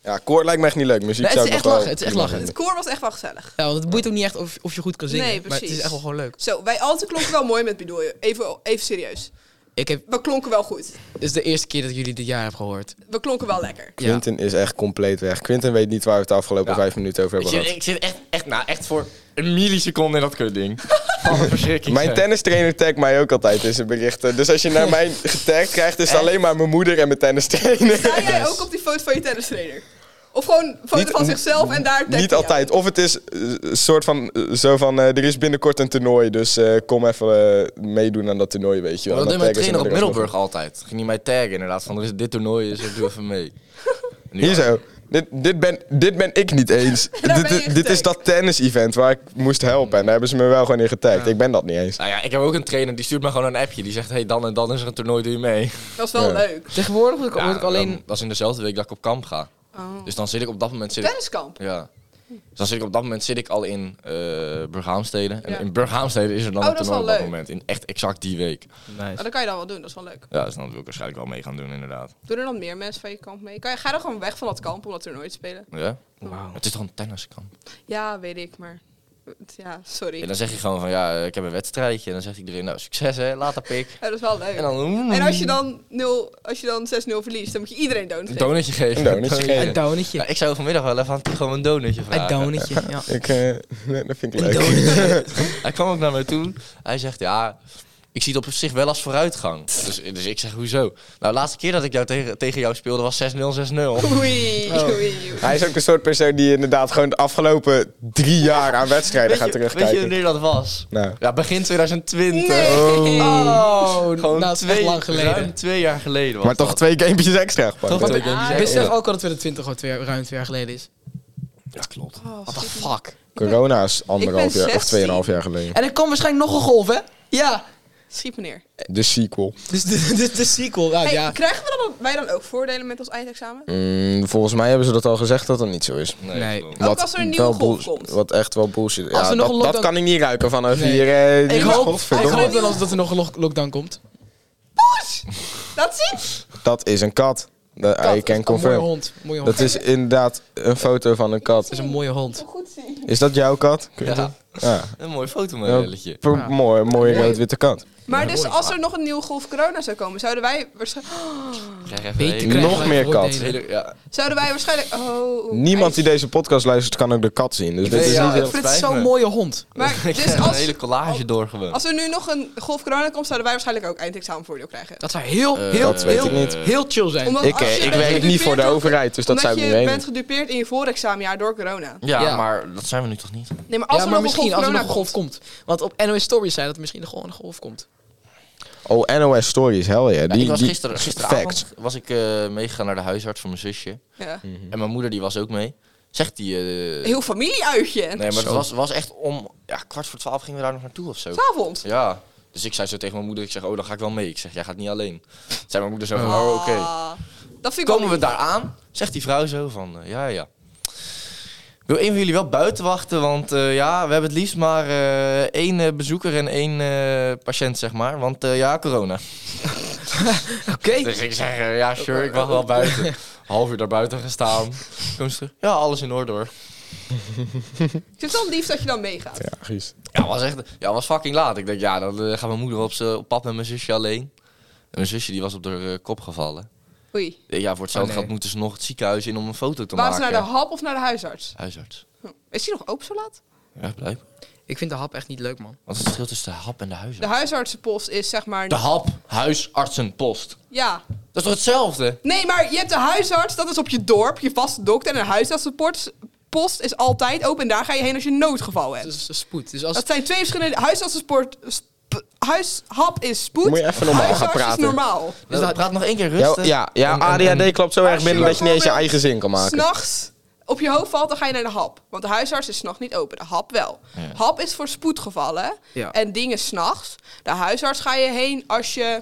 Ja, koor lijkt me echt niet leuk. Muziek Nee, het zou is ik echt nog wel lachen, het is echt prima lachen. Het vinden. koor was echt wel gezellig. Ja, want het boeit ook niet echt of, of je goed kan zingen. Nee, Maar het precies. is echt wel gewoon leuk. Zo, wij altijd klonken wel mooi met bedoel je. Even, even serieus. Ik heb, We klonken wel goed. dit is de eerste keer dat jullie dit jaar hebben gehoord. We klonken wel lekker. Ja. Quinten is echt compleet weg. Quinten weet niet waar we het de afgelopen Ja. vijf minuten over Ik hebben zit, gehad. ik zit echt, echt, nou, echt voor een milliseconde in dat kutding. Wat een verschrikking. Mijn tennistrainer tagt mij ook altijd in zijn berichten. Dus als je naar mij getagd krijgt, is het alleen maar mijn moeder en mijn tennistrainer. Sta jij ook op die foto van je tennistrainer? Of gewoon een foto Niet- van zichzelf en daar tag je Niet jou? altijd. Of het is eh, een soort van eh, zo van eh, er is binnenkort een toernooi, dus eh, kom even eh, meedoen aan dat toernooi, weet je wel. Oh, Dat En deed dan mijn taggen ze trainer op me er alsnog. Middelburg altijd. Ging hij mij taggen inderdaad, van er is dit toernooi, dus ik doe even mee. En nu- Hier zo. Dit, dit, ben, dit ben ik niet eens. ben je dit dit- dit is getagd. dat tennis-event waar ik moest helpen. En daar hebben ze me wel gewoon in getagd. Ja. Ik ben dat niet eens. Nou ja, ik heb ook een trainer die stuurt me gewoon een appje. Die zegt, hey, dan en dan is er een toernooi, doe je mee. Dat is wel Ja. leuk. Tegenwoordig word ik, Ja, word ik alleen... dan- Dat is in dezelfde week dat ik op kamp ga. Oh. Dus dan zit ik op dat moment... Zit ik, Tenniskamp. ja. Dus dan zit ik op dat moment zit ik al in eh Burghaamstede. En Ja. in Burghaamstede is er dan Oh, een dat is wel toernooi op dat leuk. moment. In echt exact die week. Maar dat kan je Oh, dan wel doen, dat is wel leuk. Ja, dus dan wil ik waarschijnlijk wel mee gaan doen, inderdaad. Doen er dan meer mensen van je kamp mee? Kan je, ga dan gewoon weg van dat kamp om dat toernooi te spelen? Ja? Het is toch een tenniskamp? Ja, weet ik, maar... Ja, sorry. En dan zeg je gewoon van, ja, eh, ik heb een wedstrijdje. En dan zegt iedereen, nou, succes hè, later pik. Ja, dat is wel leuk. En En, dan... mm, als je dan, 0 als je dan 6-0 verliest, dan moet je iedereen Een doodgeven. donutje geven. Een donutje geven. Een downetje. Ja, ik zou vanmiddag wel even aan Tigo een donutje Een vragen. downetje, ja. Ik, eh, dat vind ik Een leuk. downetje. Hij kwam ook naar mij toe. Hij zegt, ja, ik zie het op zich wel als vooruitgang. Dus, dus ik zeg, hoezo? Nou, de laatste keer dat ik jou tegen, tegen jou speelde was 6-0, 6-0. Oei, Oh. oei, oei. Hij is ook de soort persoon die inderdaad gewoon de afgelopen drie jaar aan wedstrijden Weet gaat je- Weet je terugkijken. wanneer dat was? Nou, Ja, begin 2020. Nee. Oh, Gewoon nou, dat is echt twee- lang geleden. Ruim twee jaar geleden was maar toch dat. twee gamepjes extra gepakt. Toch hè? twee Ah, ja. games Wist je extra. zelf ook al dat 2020 gewoon twee, jaar- ruim twee jaar geleden is? Ja, klopt. Oh, What the shit. fuck? Corona is ben anderhalf jaar of 16. tweeënhalf jaar geleden. En er komt waarschijnlijk nog een golf, hè? Ja. Schiet meneer. De sequel. Dus de, de, de sequel, nou, Hey, ja. Krijgen we dan, wij dan ook voordelen met ons eindexamen? Mm, volgens mij hebben ze dat al gezegd dat dat niet zo is. Nee. Nee. klopt. Ook als er een nieuwe wel golf bull- komt. Wat echt wel bullshit. Als ja, er dat, nog een dat lockdown- kan ik niet ruiken vanaf Nee. hier. eh, Ik die- hoop, ik Godverdomme. hoop dan als dat er nog een lock- lockdown komt. Dat zit. Dat is een kat. De, Dat I can is een mooie confirm. hond. Mooie hond. Dat is inderdaad een foto van een Dat kat. is een mooie hond. Goed zien. Is dat jouw kat? Ja, Ja. een mooi fotomodelletje. Pro- Ja. Mooi, mooie Mooi. rood-witte kat. Maar Ja, dus mooi. als er nog een nieuwe golf corona zou komen, zouden wij, waarschijnlijk, Krijg even Beter een- krijgen nog wij meer voordelen. kat. hele- Ja. zouden wij waarschijnlijk... Oh, Niemand die idee. deze podcast luistert kan ook de kat zien. Dus dit Nee, is ja. niet heel... Ik vind spijt het zo'n me. mooie hond. Maar Ik dus heb een als, hele collage doorgewoond. als er nu nog een golf corona komt, zouden wij waarschijnlijk ook eindexamenvoordeel krijgen. Dat zou heel, Eh, heel, dat weet heel, ik niet. heel chill zijn. Omdat Ik, als je eh, ik bent werk niet gedupeerd voor de door- overheid, dus dat omdat zou ik niet je weten. bent gedupeerd in je voorexamenjaar door corona. Ja, Ja. maar dat zijn we nu toch niet? Nee, maar als ja, er nog maar misschien een golf als er nog corona een golf nou, komt. Want op NOS Stories zei dat er misschien gewoon een golf komt. Oh, NOS Stories, hell yeah. Ja, Die, ik was die- gisteren, Facts. gisteravond was ik, eh, meegegaan naar de huisarts van mijn zusje. komt. Ja. En mijn moeder die was ook mee. Zegt die... eh, Heel familieuitje. nee, maar het was, was echt om... Ja, kwart voor twaalf gingen we daar nog naartoe of zo. S'avonds. Ja. Dus ik zei zo tegen mijn moeder, ik zeg, oh, dan ga ik wel mee. Ik zeg, jij gaat niet alleen. Zei mijn moeder zo van, Ah, oh, oké. Dat vind ik Komen we wel daar aan? Zegt die vrouw zo van, eh, ja, ja. Wil een van jullie wel buiten wachten? Want eh, ja, we hebben het liefst maar eh, één eh, bezoeker en één eh, patiënt, zeg maar. Want eh, ja, corona. Oké. Dus ik zeg, eh, ja, sure, ik wacht wel buiten. Half uur daar buiten gestaan. Kom ze terug. Ja, alles in orde hoor. Ik vind het wel lief dat je dan meegaat. Ja, Gies. Ja, was echt, ja, was fucking laat. Ik denk, ja, dan eh, gaat mijn moeder op, z'n- op pad met mijn zusje alleen. En mijn zusje die was op haar eh, kop gevallen. Oei. Ik denk, Eh, Ja, voor hetzelfde Oh, nee. geld moeten ze nog het ziekenhuis in om een foto te Waren ze maken. naar de hap of naar de huisarts? Hm. Huisarts. Is die nog open zo laat? Ja, blijkbaar. Ik vind de hap echt niet leuk, man. Wat is het verschil tussen de hap en de De huisarts? huisartsenpost is zeg maar... De hap, huisartsenpost. Ja. Dat is toch hetzelfde? Nee, maar je hebt de huisarts, dat is op je dorp, je vaste dokter. En een huisartsenpost is altijd open. En daar ga je heen als je een noodgeval hebt. Dat is een spoed. Dus als Dat zijn twee verschillende... Huisartsensport... sp- huishap is spoed. Moet je even normaal gaan huisarts praten. is normaal. Dus dat- praat nog één keer Ja, rustig. ja, ja En- en- ADHD en- klopt zo erg binnen dat je niet eens je eigen zin kan maken. S'nachts op je hoofd valt, dan ga je naar de hap. Want de huisarts is s'nachts niet open. De hap wel. Ja. Hap is voor spoedgevallen. Ja. En dingen s'nachts. De huisarts ga je heen als je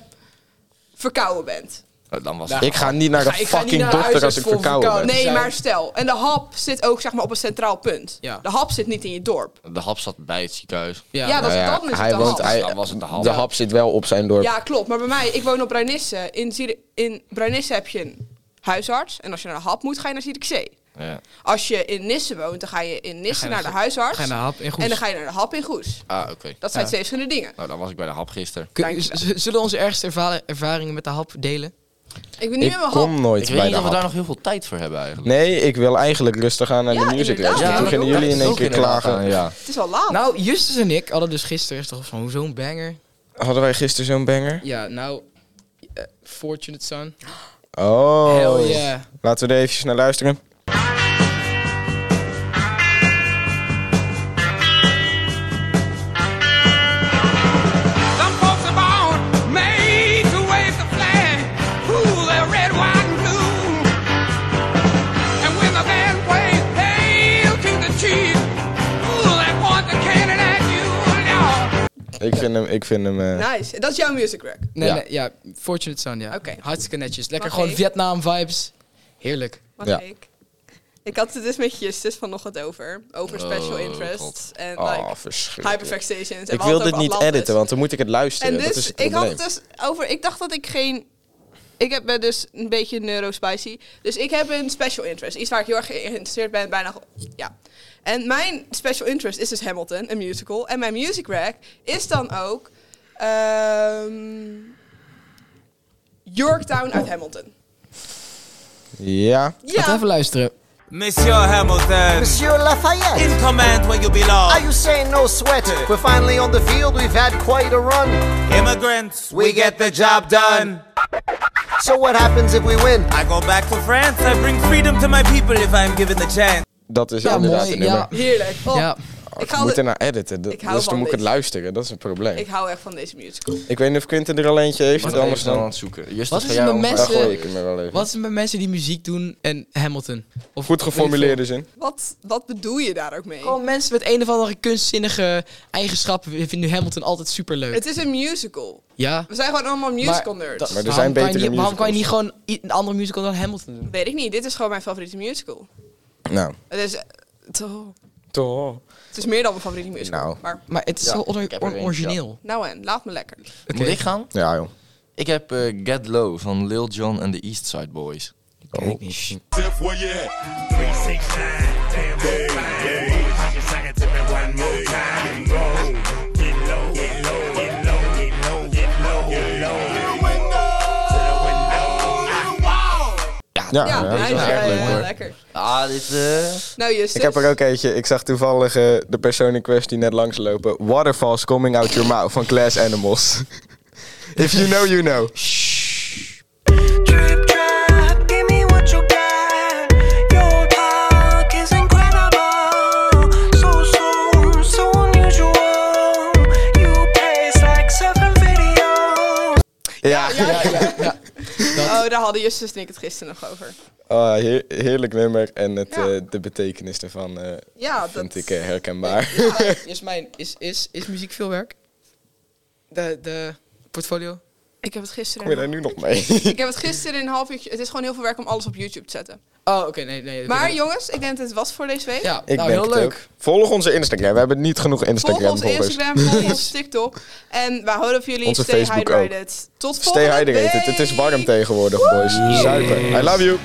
verkouden bent. Oh, Dan was Ja. het. Ik ga niet naar de Ik ga- ik ga niet fucking naar de dokter als huisarts ik voor verkouden ben. verkouden. Nee, zijn- maar stel. En de hap zit ook zeg maar, op een centraal punt. Ja. De hap zit niet in je dorp. De hap zat bij het ziekenhuis. Ja, ja, dat is, Nou ja, dan is hij het de woont, hap. hij, Dan was het de hap. de hap zit wel op zijn dorp. Ja, klopt. Maar bij mij, ik woon op Bruinisse. In, Zier- in Bruinisse heb je een huisarts. En als je naar de hap moet, ga je naar Zierikzee. Ja. Als je in Nisse woont, dan ga je in Nisse je naar de naar- huisarts. ga je naar de hap in Goes. En dan ga je naar de hap in Goes. Ah, oké. Dat zijn twee verschillende dingen. Nou, dan was ik bij de hap gisteren. Kun- z- zullen we onze ergste erva- ervaringen met de hap delen? Ik ben niet Ik meer mijn kom hap. Ik nooit weet bij niet de of we hap. daar nog heel veel tijd voor hebben eigenlijk. Nee, ik wil eigenlijk rustig aan naar Ja, de music inderdaad. race. Ja, Toen beginnen dat jullie in één keer klagen. Ja. Het is al laat. Nou, Justus en ik hadden dus gisteren, is toch van, hoezo een banger? Hadden wij gisteren zo'n banger? Ja, nou, eh, Fortunate Son. Oh. Hell yeah. Laten we er eventjes naar luisteren. Some folks are born made to wave the flag, rule their red, white, and blue. And when the Ik vind hem, ik vind hem eh, Nice. Dat is jouw music rack. Nee, Ja. ja. nee, ja. Fortunate Son, ja. Oké. Hartstikke netjes. Lekker Mag gewoon ik? Vietnam-vibes. Heerlijk. Mag Ja. ik? Ik had het dus met Justus vanochtend over. Over special interests. En oh, like, verschrikkelijk. hyperfixations. En Ik we hadden wil het dit over niet Atlantis. editen, want dan moet ik het luisteren. En eh, dat is dus, het ik had probleem. het dus over... Ik dacht dat ik geen... Ik heb, ben dus een beetje neurospicy. Dus ik heb een special interest. Iets waar ik heel erg geïnteresseerd ben. Bijna... ge- Ja. En mijn special interest is dus Hamilton, een musical. En mijn music rack is dan ook... ehm, Yorktown uit Hamilton. Ja. Laten we Ja, even luisteren. Monsieur Hamilton, Monsieur Lafayette, in command where you belong. are you saying no sweat? We're finally on the field, we've had quite a run. Immigrants, we get the job done. So what happens if we win? I go back to France, I bring freedom to my people if I'm given the chance. Dat is Ja, inderdaad een mooi. nummer. Ja. heerlijk. Oh, Ja. ik, Ik hou moet de- ernaar editen, dat- Ik hou dus dan van moet ik het deze. luisteren. Dat is een probleem. ik Ik, hou echt van deze musical. weet niet of Quinten er al eentje heeft, Wat anders dan aan dan... het zoeken. Justus, Wat ga is jij er met over- Daar mensen- gooi ik hem er wel even. Wat is het met mensen die muziek doen en Hamilton? Of Goed geformuleerde zin. Wat, wat bedoel je daar ook mee? Gewoon mensen met een of andere kunstzinnige eigenschappen vinden Hamilton altijd superleuk. Het is een musical. ja. We zijn gewoon allemaal musical nerds. Maar er waarom zijn kan je betere niet- Waarom kan je niet musicals. gewoon i- een andere musical dan Hamilton doen? Weet ik niet. Dit is gewoon mijn favoriete musical. Nou. Het is, eh, het, oh, Toch. het is meer dan mijn favoriete musical. Nou. Maar Maar het is Ja, zo on- ik heb er on- eentje, origineel. nou en, laat me lekker. Moet ik gaan? Ja, joh. Ik heb eh, Get Low van Lil Jon en de East Side Boys. Oh. Ja, Ja, Ah, ja, dat is hij is wel echt eh, leuk hoor. lekker. Ah, dit... Nou, Justus. Ik heb er ook eentje. Ik zag toevallig eh, de persoon in kwestie net langslopen. Waterfalls coming out your mouth van Class Animals. If you know, you know. Drip drop, give me what you got. Your talk is incredible, so so so unusual. You place like seven videos. Ja, Oh, daar hadden Justus en ik het gisteren nog over. Ah, heer- heerlijk nummer en het, Ja. eh, de betekenis ervan eh, Ja, vind dat... ik eh, herkenbaar. Is, mijn, is, is, is muziek veel werk? De, de portfolio? Ik heb het Kom je gisteren... daar nu nog mee? Ik heb het gisteren in een half uurtje... Het is gewoon heel veel werk om alles op YouTube te zetten. Oh, oké, nee, nee. oké, Maar nee. jongens, ik denk dat het was voor deze week. ja, ik nou, denk heel het leuk. ook. Volg onze Instagram. We hebben niet genoeg Volg Instagram ons volgers. Instagram, volg ons TikTok. En we houden van jullie. Onze Stay Facebook ook. hydrated. Tot volgende Stay hydrated. week. Het is warm tegenwoordig, boys. Zuipen. I love you.